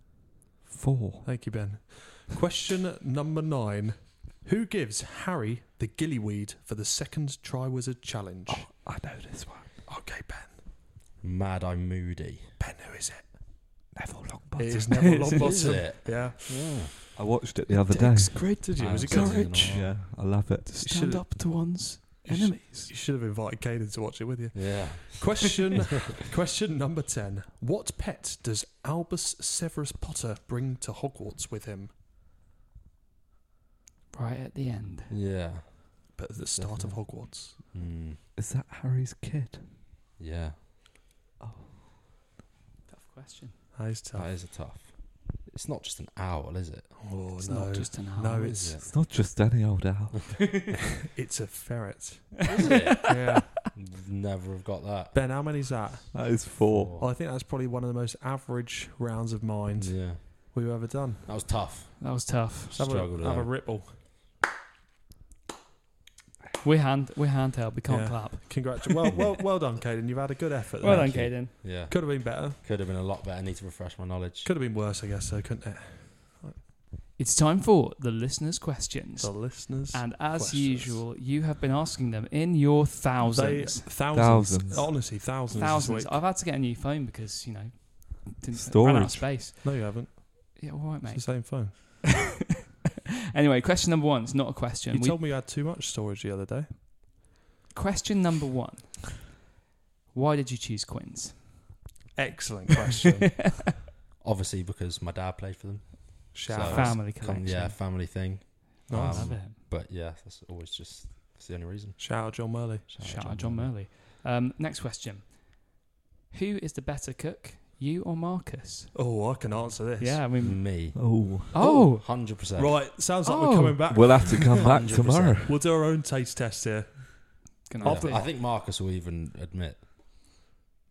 [SPEAKER 3] Four.
[SPEAKER 2] Thank you, Ben. Question number nine. Who gives Harry the gillyweed for the second Triwizard Challenge?
[SPEAKER 3] Oh, I know this one.
[SPEAKER 2] Oh, Okay, Ben.
[SPEAKER 4] Mad Eye Moody.
[SPEAKER 2] Ben, who is it?
[SPEAKER 3] Neville Longbottom.
[SPEAKER 2] It is Neville
[SPEAKER 4] Is
[SPEAKER 2] Longbottom.
[SPEAKER 4] it?
[SPEAKER 2] Yeah.
[SPEAKER 4] Yeah.
[SPEAKER 3] I watched it the other day.
[SPEAKER 2] Dex, great, did you?
[SPEAKER 4] I
[SPEAKER 2] Was it
[SPEAKER 4] haven't
[SPEAKER 2] good?
[SPEAKER 4] seen it in a
[SPEAKER 1] Courage.
[SPEAKER 4] while.
[SPEAKER 3] Yeah, I love it.
[SPEAKER 1] To
[SPEAKER 2] should've-
[SPEAKER 1] stand up to one's
[SPEAKER 2] You should-
[SPEAKER 1] enemies.
[SPEAKER 2] You should have invited Caden to watch it with you.
[SPEAKER 4] Yeah.
[SPEAKER 2] Question question number 10. What pet does Albus Severus Potter bring to Hogwarts with him?
[SPEAKER 1] Right at the end.
[SPEAKER 4] Yeah.
[SPEAKER 2] But at the start of Hogwarts.
[SPEAKER 4] Mm.
[SPEAKER 3] Is that Harry's kid?
[SPEAKER 4] Yeah.
[SPEAKER 1] Tough question.
[SPEAKER 2] That is
[SPEAKER 4] That
[SPEAKER 2] tough.
[SPEAKER 4] is a tough. It's not just an owl, is it?
[SPEAKER 2] Oh,
[SPEAKER 1] It's
[SPEAKER 2] no.
[SPEAKER 1] not just an
[SPEAKER 2] No,
[SPEAKER 1] owl.
[SPEAKER 4] What
[SPEAKER 2] it's-
[SPEAKER 4] is
[SPEAKER 3] It's not just any old owl.
[SPEAKER 2] It's a ferret.
[SPEAKER 4] it? Is it?
[SPEAKER 2] Yeah.
[SPEAKER 4] Never have got that. Oh.
[SPEAKER 2] ben, how many's that?
[SPEAKER 3] That is four.
[SPEAKER 2] Well, I think that's probably one of the most average rounds of mine
[SPEAKER 4] Yeah.
[SPEAKER 2] we've ever done.
[SPEAKER 4] That was tough.
[SPEAKER 1] That was tough.
[SPEAKER 2] Have
[SPEAKER 4] Struggled
[SPEAKER 2] a, have a
[SPEAKER 4] there.
[SPEAKER 2] ripple.
[SPEAKER 1] We're hand we're handheld, we can't
[SPEAKER 2] Yeah.
[SPEAKER 1] clap.
[SPEAKER 2] Congratulations. well, well, well done, Caden. You've had a good effort.
[SPEAKER 1] Well
[SPEAKER 2] there.
[SPEAKER 1] done,
[SPEAKER 4] you.
[SPEAKER 1] Caden.
[SPEAKER 4] Yeah.
[SPEAKER 2] Could have been better.
[SPEAKER 4] Could have been a lot better. I need to refresh my knowledge.
[SPEAKER 2] Could have been worse, I guess, though, couldn't it?
[SPEAKER 1] It's time for the listeners' questions.
[SPEAKER 2] The listeners.
[SPEAKER 1] And as
[SPEAKER 2] questions.
[SPEAKER 1] usual, you have been asking them in your
[SPEAKER 2] They-
[SPEAKER 1] thousands.
[SPEAKER 2] thousands.
[SPEAKER 3] Thousands.
[SPEAKER 2] Honestly, thousands. this
[SPEAKER 1] thousands.
[SPEAKER 2] week.
[SPEAKER 1] I've had to get a new phone because, you know, didn't ran out of
[SPEAKER 3] Storage.
[SPEAKER 1] space.
[SPEAKER 2] No, you haven't.
[SPEAKER 1] Yeah, all right,
[SPEAKER 2] It's the
[SPEAKER 1] mate.
[SPEAKER 2] same phone.
[SPEAKER 1] Anyway, question number one. It's not a question.
[SPEAKER 2] You
[SPEAKER 1] We-
[SPEAKER 2] told me you had too much storage the other day.
[SPEAKER 1] question number one. Why did you choose Quins?
[SPEAKER 2] Excellent question.
[SPEAKER 4] Obviously, because my dad played for them.
[SPEAKER 2] Shout
[SPEAKER 4] So-
[SPEAKER 2] out.
[SPEAKER 1] Family
[SPEAKER 4] Come,
[SPEAKER 1] collection.
[SPEAKER 4] Oh,
[SPEAKER 1] Oh,
[SPEAKER 4] yeah, family thing.
[SPEAKER 2] Nice.
[SPEAKER 1] Love
[SPEAKER 4] Um,
[SPEAKER 1] it.
[SPEAKER 4] But yeah, that's always just that's the only reason.
[SPEAKER 2] Shout out John Murley.
[SPEAKER 1] Shout out John Murley. Um, next question. Who is the better cook, you or Marcus?
[SPEAKER 2] Oh, I can answer this.
[SPEAKER 1] Yeah, I mean,
[SPEAKER 4] Me.
[SPEAKER 3] Oh,
[SPEAKER 1] oh,
[SPEAKER 4] 100%.
[SPEAKER 2] Mm. Right, sounds like we're
[SPEAKER 1] Oh.
[SPEAKER 2] coming back.
[SPEAKER 3] we'll have to come back
[SPEAKER 4] 100%.
[SPEAKER 3] tomorrow.
[SPEAKER 2] We'll do our own taste test here.
[SPEAKER 1] can I
[SPEAKER 4] Yeah.
[SPEAKER 1] do it?
[SPEAKER 4] I think Marcus will even admit.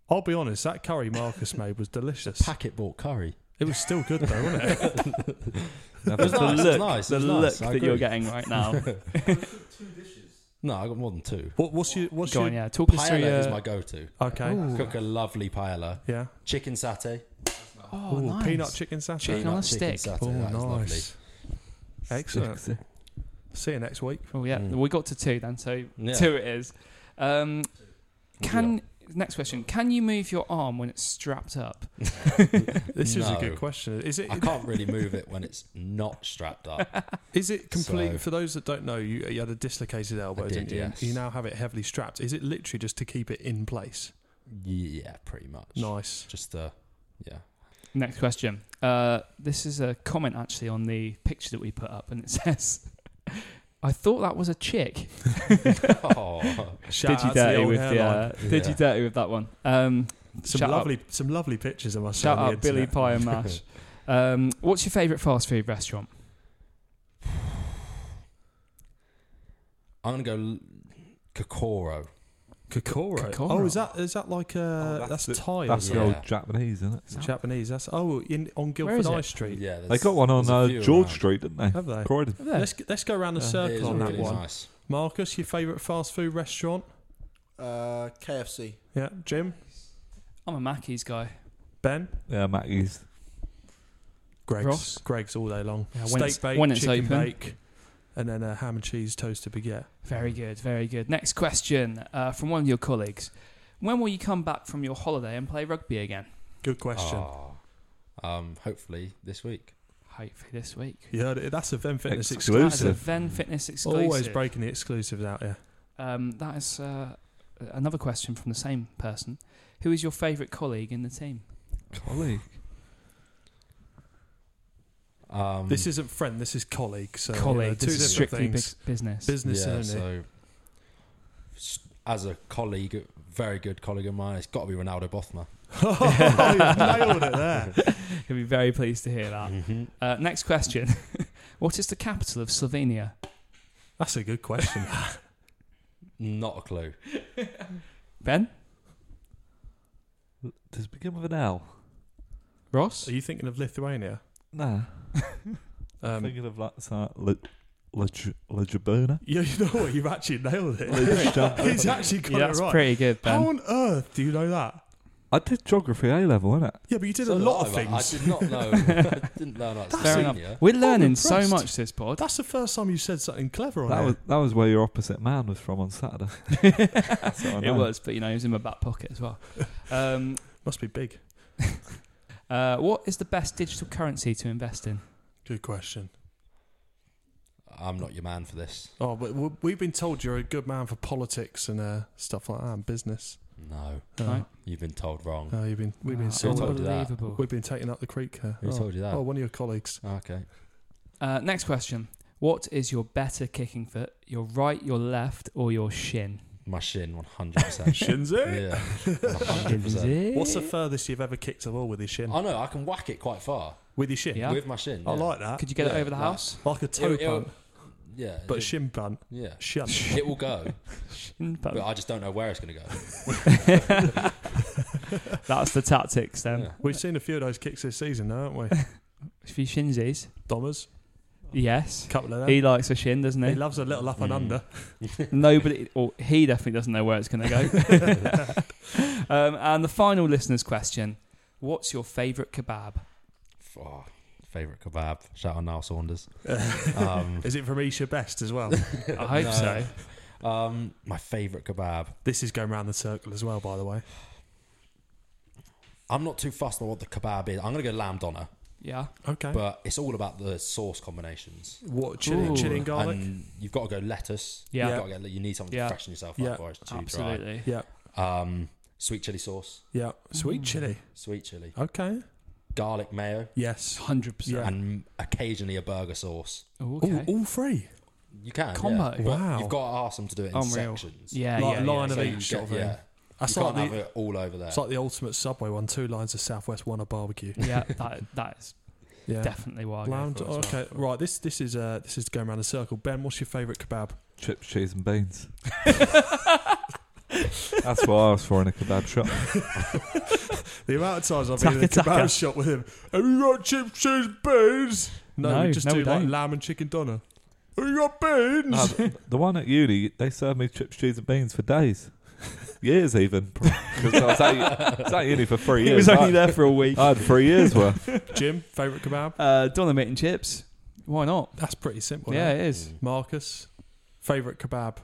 [SPEAKER 2] I'll be honest, that curry Marcus made was delicious.
[SPEAKER 4] Packet bought curry.
[SPEAKER 2] It was still good though, wasn't it?
[SPEAKER 3] Never.
[SPEAKER 4] It's
[SPEAKER 1] the
[SPEAKER 4] nice, it's
[SPEAKER 1] look,
[SPEAKER 4] nice,
[SPEAKER 1] the
[SPEAKER 4] it's
[SPEAKER 1] look
[SPEAKER 4] nice, I
[SPEAKER 1] that you're
[SPEAKER 4] agree.
[SPEAKER 1] getting right now.
[SPEAKER 4] No, I got more than two.
[SPEAKER 2] What, what's your what's
[SPEAKER 1] Go
[SPEAKER 2] your
[SPEAKER 1] on, yeah. Talk us
[SPEAKER 4] Paella
[SPEAKER 1] through your.
[SPEAKER 4] is my go-to.
[SPEAKER 2] okay?
[SPEAKER 1] Ooh.
[SPEAKER 4] Cook a lovely paella.
[SPEAKER 2] Yeah.
[SPEAKER 4] Chicken satay.
[SPEAKER 1] oh,
[SPEAKER 2] Ooh,
[SPEAKER 1] nice.
[SPEAKER 2] Peanut chicken satay.
[SPEAKER 1] Chicken on a
[SPEAKER 4] chicken
[SPEAKER 1] stick.
[SPEAKER 4] satay,
[SPEAKER 2] Oh,
[SPEAKER 4] that is lovely.
[SPEAKER 2] nice. Excellent.
[SPEAKER 3] Sexy.
[SPEAKER 2] See you next week.
[SPEAKER 1] Oh yeah,
[SPEAKER 4] Mm.
[SPEAKER 1] we got to two then, so
[SPEAKER 4] Yeah.
[SPEAKER 1] two it is. Um,
[SPEAKER 4] We'll do
[SPEAKER 1] can next question? Can you move your arm when it's strapped up?
[SPEAKER 2] This is a
[SPEAKER 4] No.
[SPEAKER 2] good question. Is it
[SPEAKER 4] I can't really move it when it's not strapped up.
[SPEAKER 2] Is it complete?
[SPEAKER 4] So-
[SPEAKER 2] for those that don't know, you, you had a dislocated elbow,
[SPEAKER 4] I
[SPEAKER 2] didn't
[SPEAKER 4] did,
[SPEAKER 2] you?
[SPEAKER 4] yes.
[SPEAKER 2] You now have it heavily strapped. Is it literally just to keep it in place?
[SPEAKER 4] yeah, pretty much.
[SPEAKER 2] Nice.
[SPEAKER 4] Just uh, yeah.
[SPEAKER 1] Next question. Uh, this is a comment actually on the picture that we put up, and it says, "I thought that was a chick."
[SPEAKER 4] Oh,
[SPEAKER 1] did you
[SPEAKER 2] Shout out to the
[SPEAKER 1] dirty
[SPEAKER 2] old
[SPEAKER 1] with the?
[SPEAKER 2] hairline.
[SPEAKER 1] Uh, Did you
[SPEAKER 4] Yeah.
[SPEAKER 1] dirty with that one? Um,
[SPEAKER 2] some
[SPEAKER 1] shout out-
[SPEAKER 2] lovely some lovely pictures of myself.
[SPEAKER 1] shout out Billy Pie and Mash. um, what's your favourite fast food restaurant?
[SPEAKER 4] I'm gonna go l- Kokoro.
[SPEAKER 2] Kokoro.
[SPEAKER 1] Kokoro.
[SPEAKER 2] Oh, is that is that like uh
[SPEAKER 3] Oh,
[SPEAKER 2] that's,
[SPEAKER 3] that's the-
[SPEAKER 2] Thai?
[SPEAKER 3] That's
[SPEAKER 2] isn't
[SPEAKER 3] the
[SPEAKER 2] it?
[SPEAKER 4] Yeah.
[SPEAKER 3] old Japanese, isn't it?
[SPEAKER 2] It's Japanese. That's oh in on
[SPEAKER 1] Where is
[SPEAKER 2] Guildford High
[SPEAKER 1] it?
[SPEAKER 2] Street.
[SPEAKER 4] Yeah,
[SPEAKER 3] They got one on uh,
[SPEAKER 4] there's a few
[SPEAKER 3] George
[SPEAKER 4] around.
[SPEAKER 3] Street, didn't they?
[SPEAKER 2] Have they?
[SPEAKER 3] Croydon.
[SPEAKER 1] Over there.
[SPEAKER 2] Let's let's go around the
[SPEAKER 1] Uh,
[SPEAKER 3] Yeah.
[SPEAKER 4] It is
[SPEAKER 2] circle on that
[SPEAKER 4] really
[SPEAKER 2] one.
[SPEAKER 4] nice.
[SPEAKER 2] Marcus, your favourite fast food restaurant?
[SPEAKER 5] Uh, KFC.
[SPEAKER 2] Yeah. Jim,
[SPEAKER 1] I'm a Mackey's guy.
[SPEAKER 2] Ben,
[SPEAKER 3] Yeah, Mackie's.
[SPEAKER 2] Greg's.
[SPEAKER 1] Ross?
[SPEAKER 2] Greg's all day long.
[SPEAKER 1] Yeah, when it's-
[SPEAKER 2] Steak bake,
[SPEAKER 1] when it's
[SPEAKER 2] chicken
[SPEAKER 1] open.
[SPEAKER 2] bake, and then a ham and cheese toasted baguette.
[SPEAKER 1] Very good, very good. Next question uh, from one of your colleagues. When will you come back from your holiday and play rugby again?
[SPEAKER 2] Good question.
[SPEAKER 4] Ah. um, hopefully this week.
[SPEAKER 1] Hopefully this week.
[SPEAKER 2] You heard it. That's a Ven Fitness
[SPEAKER 3] Exclusive.
[SPEAKER 1] That is a
[SPEAKER 2] exclusive.
[SPEAKER 1] Ven Fitness exclusive.
[SPEAKER 2] Always breaking the exclusives out here.
[SPEAKER 1] Um, that is uh, another question from the same person. Who is your favourite colleague in the team?
[SPEAKER 3] Colleague.
[SPEAKER 4] Um,
[SPEAKER 2] This isn't friend. This is colleague. So you know,
[SPEAKER 1] colleague.
[SPEAKER 2] two
[SPEAKER 1] this is
[SPEAKER 2] different
[SPEAKER 1] strictly
[SPEAKER 2] things.
[SPEAKER 1] big business.
[SPEAKER 2] Business
[SPEAKER 4] yeah,
[SPEAKER 2] only.
[SPEAKER 4] so s- as a colleague, a very good colleague of mine, it's got to be Ronaldo Bothma.
[SPEAKER 2] oh, you nailed it there.
[SPEAKER 1] He'll be very pleased to hear
[SPEAKER 2] Ah.
[SPEAKER 1] that.
[SPEAKER 4] Mhm.
[SPEAKER 1] Uh, next question. what is the capital of Slovenia?
[SPEAKER 2] That's a good question.
[SPEAKER 4] Not a clue.
[SPEAKER 1] Ben?
[SPEAKER 3] Does it begin with an L?
[SPEAKER 1] Ross?
[SPEAKER 2] Are you thinking of Lithuania?
[SPEAKER 3] Nah. I'm
[SPEAKER 2] Um,
[SPEAKER 3] thinking of like that. Lajabona.
[SPEAKER 2] you, you know what? You've actually nailed it. He's
[SPEAKER 3] I
[SPEAKER 2] actually got
[SPEAKER 1] Yeah, that's
[SPEAKER 2] it right.
[SPEAKER 1] pretty good,
[SPEAKER 2] How
[SPEAKER 1] Ben.
[SPEAKER 2] on earth do you know that?
[SPEAKER 3] did geography A level, innit?
[SPEAKER 2] Yeah, but you did
[SPEAKER 4] So
[SPEAKER 2] a lot of
[SPEAKER 4] I-
[SPEAKER 2] things.
[SPEAKER 4] I did not know. I didn't learn that.
[SPEAKER 1] Fair
[SPEAKER 4] Fair
[SPEAKER 1] enough. We're learning so
[SPEAKER 2] impressed.
[SPEAKER 1] much this pod.
[SPEAKER 2] That's the first time you said something clever on
[SPEAKER 3] That
[SPEAKER 2] here.
[SPEAKER 3] was that was where your opposite man was from on Saturday. That's what I
[SPEAKER 1] it
[SPEAKER 3] know.
[SPEAKER 1] was, but you know, it was in my back pocket as well. Um,
[SPEAKER 2] Must be big.
[SPEAKER 1] uh, what is the best digital currency to invest in?
[SPEAKER 2] Good question.
[SPEAKER 4] I'm not your man for this.
[SPEAKER 2] Oh, but w- we've been told you're a good man for politics and uh, stuff like that, and business.
[SPEAKER 4] No,
[SPEAKER 2] Oh,
[SPEAKER 1] Right. Ah,
[SPEAKER 4] you've been told wrong.
[SPEAKER 2] oh, you've been we've
[SPEAKER 1] Wow,
[SPEAKER 2] been
[SPEAKER 4] so told you that?
[SPEAKER 1] unbelievable.
[SPEAKER 2] we've been taken up the creek here.
[SPEAKER 4] Who
[SPEAKER 2] oh.
[SPEAKER 4] told you that?
[SPEAKER 2] Oh, one of your colleagues.
[SPEAKER 4] Okay.
[SPEAKER 1] Uh, next question. What is your better kicking foot? Your right, your left, or your shin?
[SPEAKER 4] My shin, 100%.
[SPEAKER 2] Shinzo.
[SPEAKER 4] yeah, 100%.
[SPEAKER 2] What's the furthest you've ever kicked a ball with your shin?
[SPEAKER 4] I know, I can whack it quite far
[SPEAKER 2] with your shin.
[SPEAKER 1] Yeah.
[SPEAKER 4] with my shin.
[SPEAKER 2] I
[SPEAKER 4] yeah.
[SPEAKER 2] like that.
[SPEAKER 1] Could you get it
[SPEAKER 4] Yeah,
[SPEAKER 1] over the
[SPEAKER 4] like-
[SPEAKER 1] house?
[SPEAKER 2] like a toe
[SPEAKER 4] It'll- it'll-
[SPEAKER 2] punt,
[SPEAKER 4] Yeah.
[SPEAKER 2] but
[SPEAKER 4] it-
[SPEAKER 2] shin punt.
[SPEAKER 4] Yeah.
[SPEAKER 2] Shun.
[SPEAKER 4] It will go,
[SPEAKER 1] Shin
[SPEAKER 4] but
[SPEAKER 1] bone.
[SPEAKER 4] I just don't know where it's going to go.
[SPEAKER 1] That's the tactics
[SPEAKER 2] Um,
[SPEAKER 1] then.
[SPEAKER 4] Yeah.
[SPEAKER 2] We've seen a few of those kicks this season, though, haven't we?
[SPEAKER 1] A few shinsies.
[SPEAKER 2] Dommers,
[SPEAKER 1] Yes.
[SPEAKER 2] couple of them.
[SPEAKER 1] He eh?
[SPEAKER 2] He,
[SPEAKER 1] likes a shin, doesn't he?
[SPEAKER 2] loves a little up and
[SPEAKER 4] Mm.
[SPEAKER 2] under.
[SPEAKER 1] Nobody, or he definitely doesn't know where it's going to go. um, and the final listener's question What's your favourite kebab?
[SPEAKER 4] Oh, favourite kebab. Shout out Niall Saunders. Um,
[SPEAKER 2] Is it from Isha Best as well?
[SPEAKER 1] I hope
[SPEAKER 4] No.
[SPEAKER 1] so.
[SPEAKER 4] um, my favourite kebab.
[SPEAKER 2] this is going round the circle as well, by the way.
[SPEAKER 4] I'm not too fussed on what the kebab is. I'm going to go lamb doner,
[SPEAKER 1] Yeah.
[SPEAKER 2] Okay.
[SPEAKER 4] but it's all about the sauce combinations.
[SPEAKER 2] what
[SPEAKER 1] Ooh.
[SPEAKER 2] chili, chili and garlic?
[SPEAKER 4] And you've got to go lettuce.
[SPEAKER 1] Yeah.
[SPEAKER 4] You've got to get, you need something
[SPEAKER 1] Yeah.
[SPEAKER 4] to freshen yourself
[SPEAKER 2] Yeah.
[SPEAKER 4] up, or it's too
[SPEAKER 1] Absolutely.
[SPEAKER 2] Yeah,
[SPEAKER 4] dry. Um, sweet chili sauce,
[SPEAKER 2] yeah. Sweet chili.
[SPEAKER 4] sweet chili,
[SPEAKER 2] Okay.
[SPEAKER 4] garlic mayo,
[SPEAKER 2] Yes.
[SPEAKER 1] 100%.
[SPEAKER 2] Yeah.
[SPEAKER 4] and occasionally a burger sauce.
[SPEAKER 1] Oh, okay.
[SPEAKER 2] All, all three.
[SPEAKER 4] You can yeah.
[SPEAKER 1] Combo.
[SPEAKER 4] But
[SPEAKER 2] Wow.
[SPEAKER 4] You've got to ask them to do it in
[SPEAKER 1] Unreal.
[SPEAKER 4] sections.
[SPEAKER 1] Yeah,
[SPEAKER 2] Like
[SPEAKER 1] yeah,
[SPEAKER 2] line
[SPEAKER 1] yeah,
[SPEAKER 2] of
[SPEAKER 1] yeah.
[SPEAKER 4] you
[SPEAKER 2] each
[SPEAKER 4] get-
[SPEAKER 2] sort of
[SPEAKER 4] yeah.
[SPEAKER 2] thing. That's
[SPEAKER 4] you
[SPEAKER 2] like
[SPEAKER 4] can't
[SPEAKER 2] the,
[SPEAKER 4] have it all over there.
[SPEAKER 2] it's like the ultimate Subway one. Two lines of Southwest, one of barbecue.
[SPEAKER 1] Yeah, that, that is
[SPEAKER 2] Yeah.
[SPEAKER 1] definitely why. I go
[SPEAKER 2] Lamb.
[SPEAKER 1] for it as
[SPEAKER 2] oh,
[SPEAKER 1] well.
[SPEAKER 2] okay. Right. This this is uh this is going around the circle. Ben, what's your favourite kebab?
[SPEAKER 3] Chips, cheese, and beans. That's what I was for in a kebab shop.
[SPEAKER 2] The amount of times I've
[SPEAKER 1] Taka
[SPEAKER 2] been in a kebab
[SPEAKER 1] taka.
[SPEAKER 2] shop with him. Have you got chips, cheese, beans? No,
[SPEAKER 1] No,
[SPEAKER 2] we just
[SPEAKER 1] no,
[SPEAKER 2] do
[SPEAKER 1] we
[SPEAKER 2] like
[SPEAKER 1] don't.
[SPEAKER 2] lamb and chicken doner. Have you got beans?
[SPEAKER 3] No, th- the one at uni, they served me chips, cheese, and beans for days, years even. Because I was at, I was at uni for three
[SPEAKER 1] He Uh,
[SPEAKER 3] years.
[SPEAKER 1] was only
[SPEAKER 3] I,
[SPEAKER 1] there for a week.
[SPEAKER 3] I had three years worth.
[SPEAKER 2] Jim, favourite kebab?
[SPEAKER 1] Uh, doner meat and chips. Why not? Mm.
[SPEAKER 2] That's pretty simple.
[SPEAKER 1] yeah,
[SPEAKER 2] Yeah.
[SPEAKER 1] it is.
[SPEAKER 4] Mm.
[SPEAKER 2] Marcus, favourite kebab?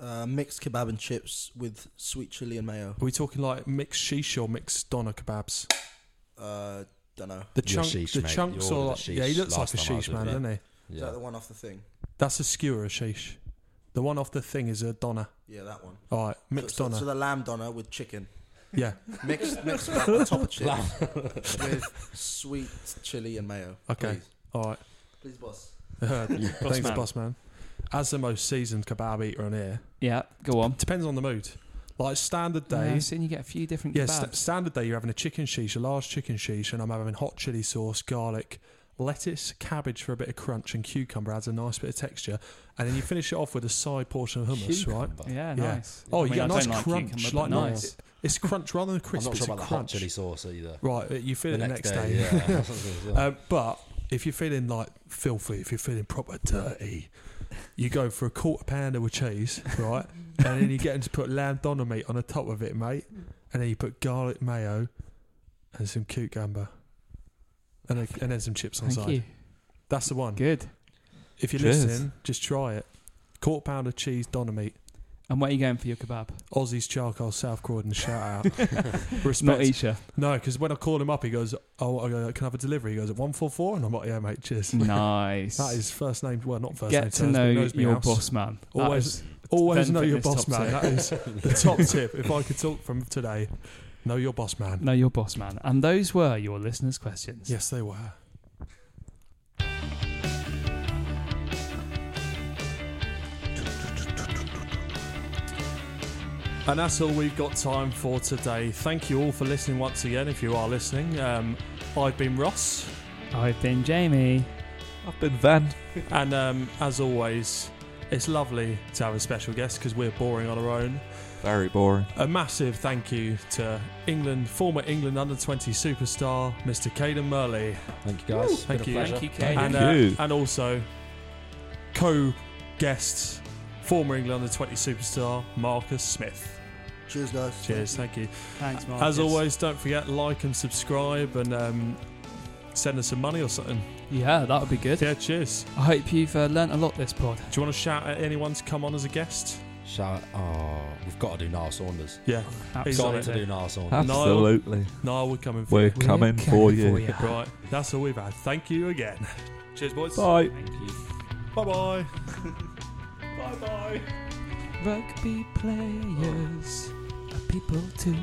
[SPEAKER 5] Uh, mixed kebab and chips with sweet chili and mayo.
[SPEAKER 2] Are we talking like mixed sheesh or mixed doner kebabs?
[SPEAKER 5] Uh, don't know.
[SPEAKER 2] The
[SPEAKER 4] You're a
[SPEAKER 2] chunk,
[SPEAKER 4] sheesh,
[SPEAKER 2] the
[SPEAKER 4] mate.
[SPEAKER 2] chunks,
[SPEAKER 4] You're
[SPEAKER 2] or
[SPEAKER 4] the
[SPEAKER 2] like,
[SPEAKER 4] sheesh
[SPEAKER 2] yeah, he looks like
[SPEAKER 4] last
[SPEAKER 2] a
[SPEAKER 4] time I
[SPEAKER 2] sheesh
[SPEAKER 4] was with
[SPEAKER 2] man,
[SPEAKER 4] you.
[SPEAKER 2] doesn't he?
[SPEAKER 5] Is
[SPEAKER 4] Yeah.
[SPEAKER 5] that the one off the thing?
[SPEAKER 2] That's a skewer, a sheesh. The one off the thing is a doner.
[SPEAKER 5] Yeah, that one.
[SPEAKER 2] All right, mixed
[SPEAKER 5] so, so-
[SPEAKER 2] doner.
[SPEAKER 5] So the lamb doner with chicken.
[SPEAKER 2] yeah,
[SPEAKER 5] Mixed, mixed kebab on top of chips with sweet chili and mayo.
[SPEAKER 2] Okay.
[SPEAKER 5] Please,
[SPEAKER 2] all right.
[SPEAKER 5] please boss.
[SPEAKER 2] Thanks,
[SPEAKER 1] man.
[SPEAKER 2] boss man. As the most seasoned kebab eater on here,
[SPEAKER 1] Yeah, go on.
[SPEAKER 2] depends on the mood. Like standard
[SPEAKER 1] Yeah,
[SPEAKER 2] days.
[SPEAKER 1] soon you get a few different
[SPEAKER 2] Yeah,
[SPEAKER 1] kebabs.
[SPEAKER 2] st- standard day. You're having a chicken sheesh, a large chicken sheesh, and I'm having hot chili sauce, garlic, lettuce, cabbage for a bit of crunch, and cucumber adds a nice bit of texture. And then you finish it off with a side portion of hummus, right?
[SPEAKER 4] Cucumber.
[SPEAKER 1] yeah,
[SPEAKER 2] yeah.
[SPEAKER 1] nice.
[SPEAKER 2] Oh,
[SPEAKER 1] I
[SPEAKER 2] you
[SPEAKER 1] mean,
[SPEAKER 2] get
[SPEAKER 1] I
[SPEAKER 2] a nice
[SPEAKER 1] don't like
[SPEAKER 2] crunch,
[SPEAKER 1] cucumber, but
[SPEAKER 2] like
[SPEAKER 1] nice.
[SPEAKER 2] nice. It's crunch rather than
[SPEAKER 4] I'm
[SPEAKER 2] crisp.
[SPEAKER 4] not
[SPEAKER 2] It's
[SPEAKER 4] sure
[SPEAKER 2] a
[SPEAKER 4] about the hot
[SPEAKER 2] crunch.
[SPEAKER 4] chili sauce either.
[SPEAKER 2] Right, uh, you feel
[SPEAKER 4] The
[SPEAKER 2] it the
[SPEAKER 4] next
[SPEAKER 2] next
[SPEAKER 4] day,
[SPEAKER 2] day.
[SPEAKER 4] yeah.
[SPEAKER 2] Um, but if you're feeling like filthy, if you're feeling proper dirty, you go for a quarter pounder with cheese, right? and then you get them to put lamb doner meat on the top of it, mate. And then you put garlic mayo and some cucumber, and then, and then some chips on
[SPEAKER 1] Thank
[SPEAKER 2] side.
[SPEAKER 1] you.
[SPEAKER 2] That's the one.
[SPEAKER 1] Good.
[SPEAKER 2] If you're
[SPEAKER 3] Cheers.
[SPEAKER 2] listening, just try it. Quarter pounder cheese doner meat.
[SPEAKER 1] And where are you going for your kebab?
[SPEAKER 2] Aussie's charcoal, South Croydon. Shout out. Respect.
[SPEAKER 1] Not Isha.
[SPEAKER 2] No, because when I call him up, he goes, "Oh, I go, can I have a delivery?" He goes, "At one four four, and I'm like, "Yeah, mate, cheers."
[SPEAKER 1] nice.
[SPEAKER 2] That is first name. Well, not first name.
[SPEAKER 1] Mm. Get to
[SPEAKER 2] terms, but
[SPEAKER 1] know
[SPEAKER 2] he knows me
[SPEAKER 1] your
[SPEAKER 2] house.
[SPEAKER 1] boss man. That
[SPEAKER 2] Always-
[SPEAKER 1] is-
[SPEAKER 2] Always
[SPEAKER 1] Then
[SPEAKER 2] know your
[SPEAKER 1] fitness
[SPEAKER 2] boss,
[SPEAKER 1] top
[SPEAKER 2] man. That is the top tip. If I could talk from today, know your boss, man.
[SPEAKER 1] know your boss man. And those were your listeners' questions.
[SPEAKER 2] Yes, they were. And that's all we've got time for today. Thank you all for listening once again. If you are listening, um, I've been Ross,
[SPEAKER 1] I've been Jamie.
[SPEAKER 3] I've been Van.
[SPEAKER 2] and um, as always, it's lovely to have a special guest because we're boring on our own.
[SPEAKER 3] Very boring.
[SPEAKER 2] A massive thank you to England, former England under 20 superstar, Mr. Caden Murley.
[SPEAKER 4] Thank you guys.
[SPEAKER 2] Thank
[SPEAKER 4] Been a
[SPEAKER 2] you.
[SPEAKER 4] pleasure.
[SPEAKER 1] Thank you, Kane.
[SPEAKER 2] and, uh,
[SPEAKER 3] Thank you.
[SPEAKER 2] and also co guest, former England under 20 superstar, Marcus Smith.
[SPEAKER 5] Cheers, guys.
[SPEAKER 2] Cheers, thank you.
[SPEAKER 1] Thanks, Mark.
[SPEAKER 2] As always, don't forget like and subscribe and um, send us some money or something.
[SPEAKER 1] Yeah, that would be good.
[SPEAKER 2] Yeah, cheers.
[SPEAKER 1] I hope you've uh, learnt a lot this pod.
[SPEAKER 2] Do you want to shout at anyone to come on as a guest?
[SPEAKER 4] Shout out. Oh, we've got to do Niall Saunders.
[SPEAKER 2] Yeah,
[SPEAKER 4] Got to
[SPEAKER 1] Absolutely.
[SPEAKER 4] do Niall Saunders.
[SPEAKER 3] Absolutely.
[SPEAKER 2] no, we're coming for
[SPEAKER 3] We're
[SPEAKER 2] you.
[SPEAKER 3] coming for you.
[SPEAKER 2] Right, that's all we've had. Thank you again. Cheers, boys.
[SPEAKER 3] Bye.
[SPEAKER 2] Bye bye. bye bye.
[SPEAKER 1] Rugby players are people too.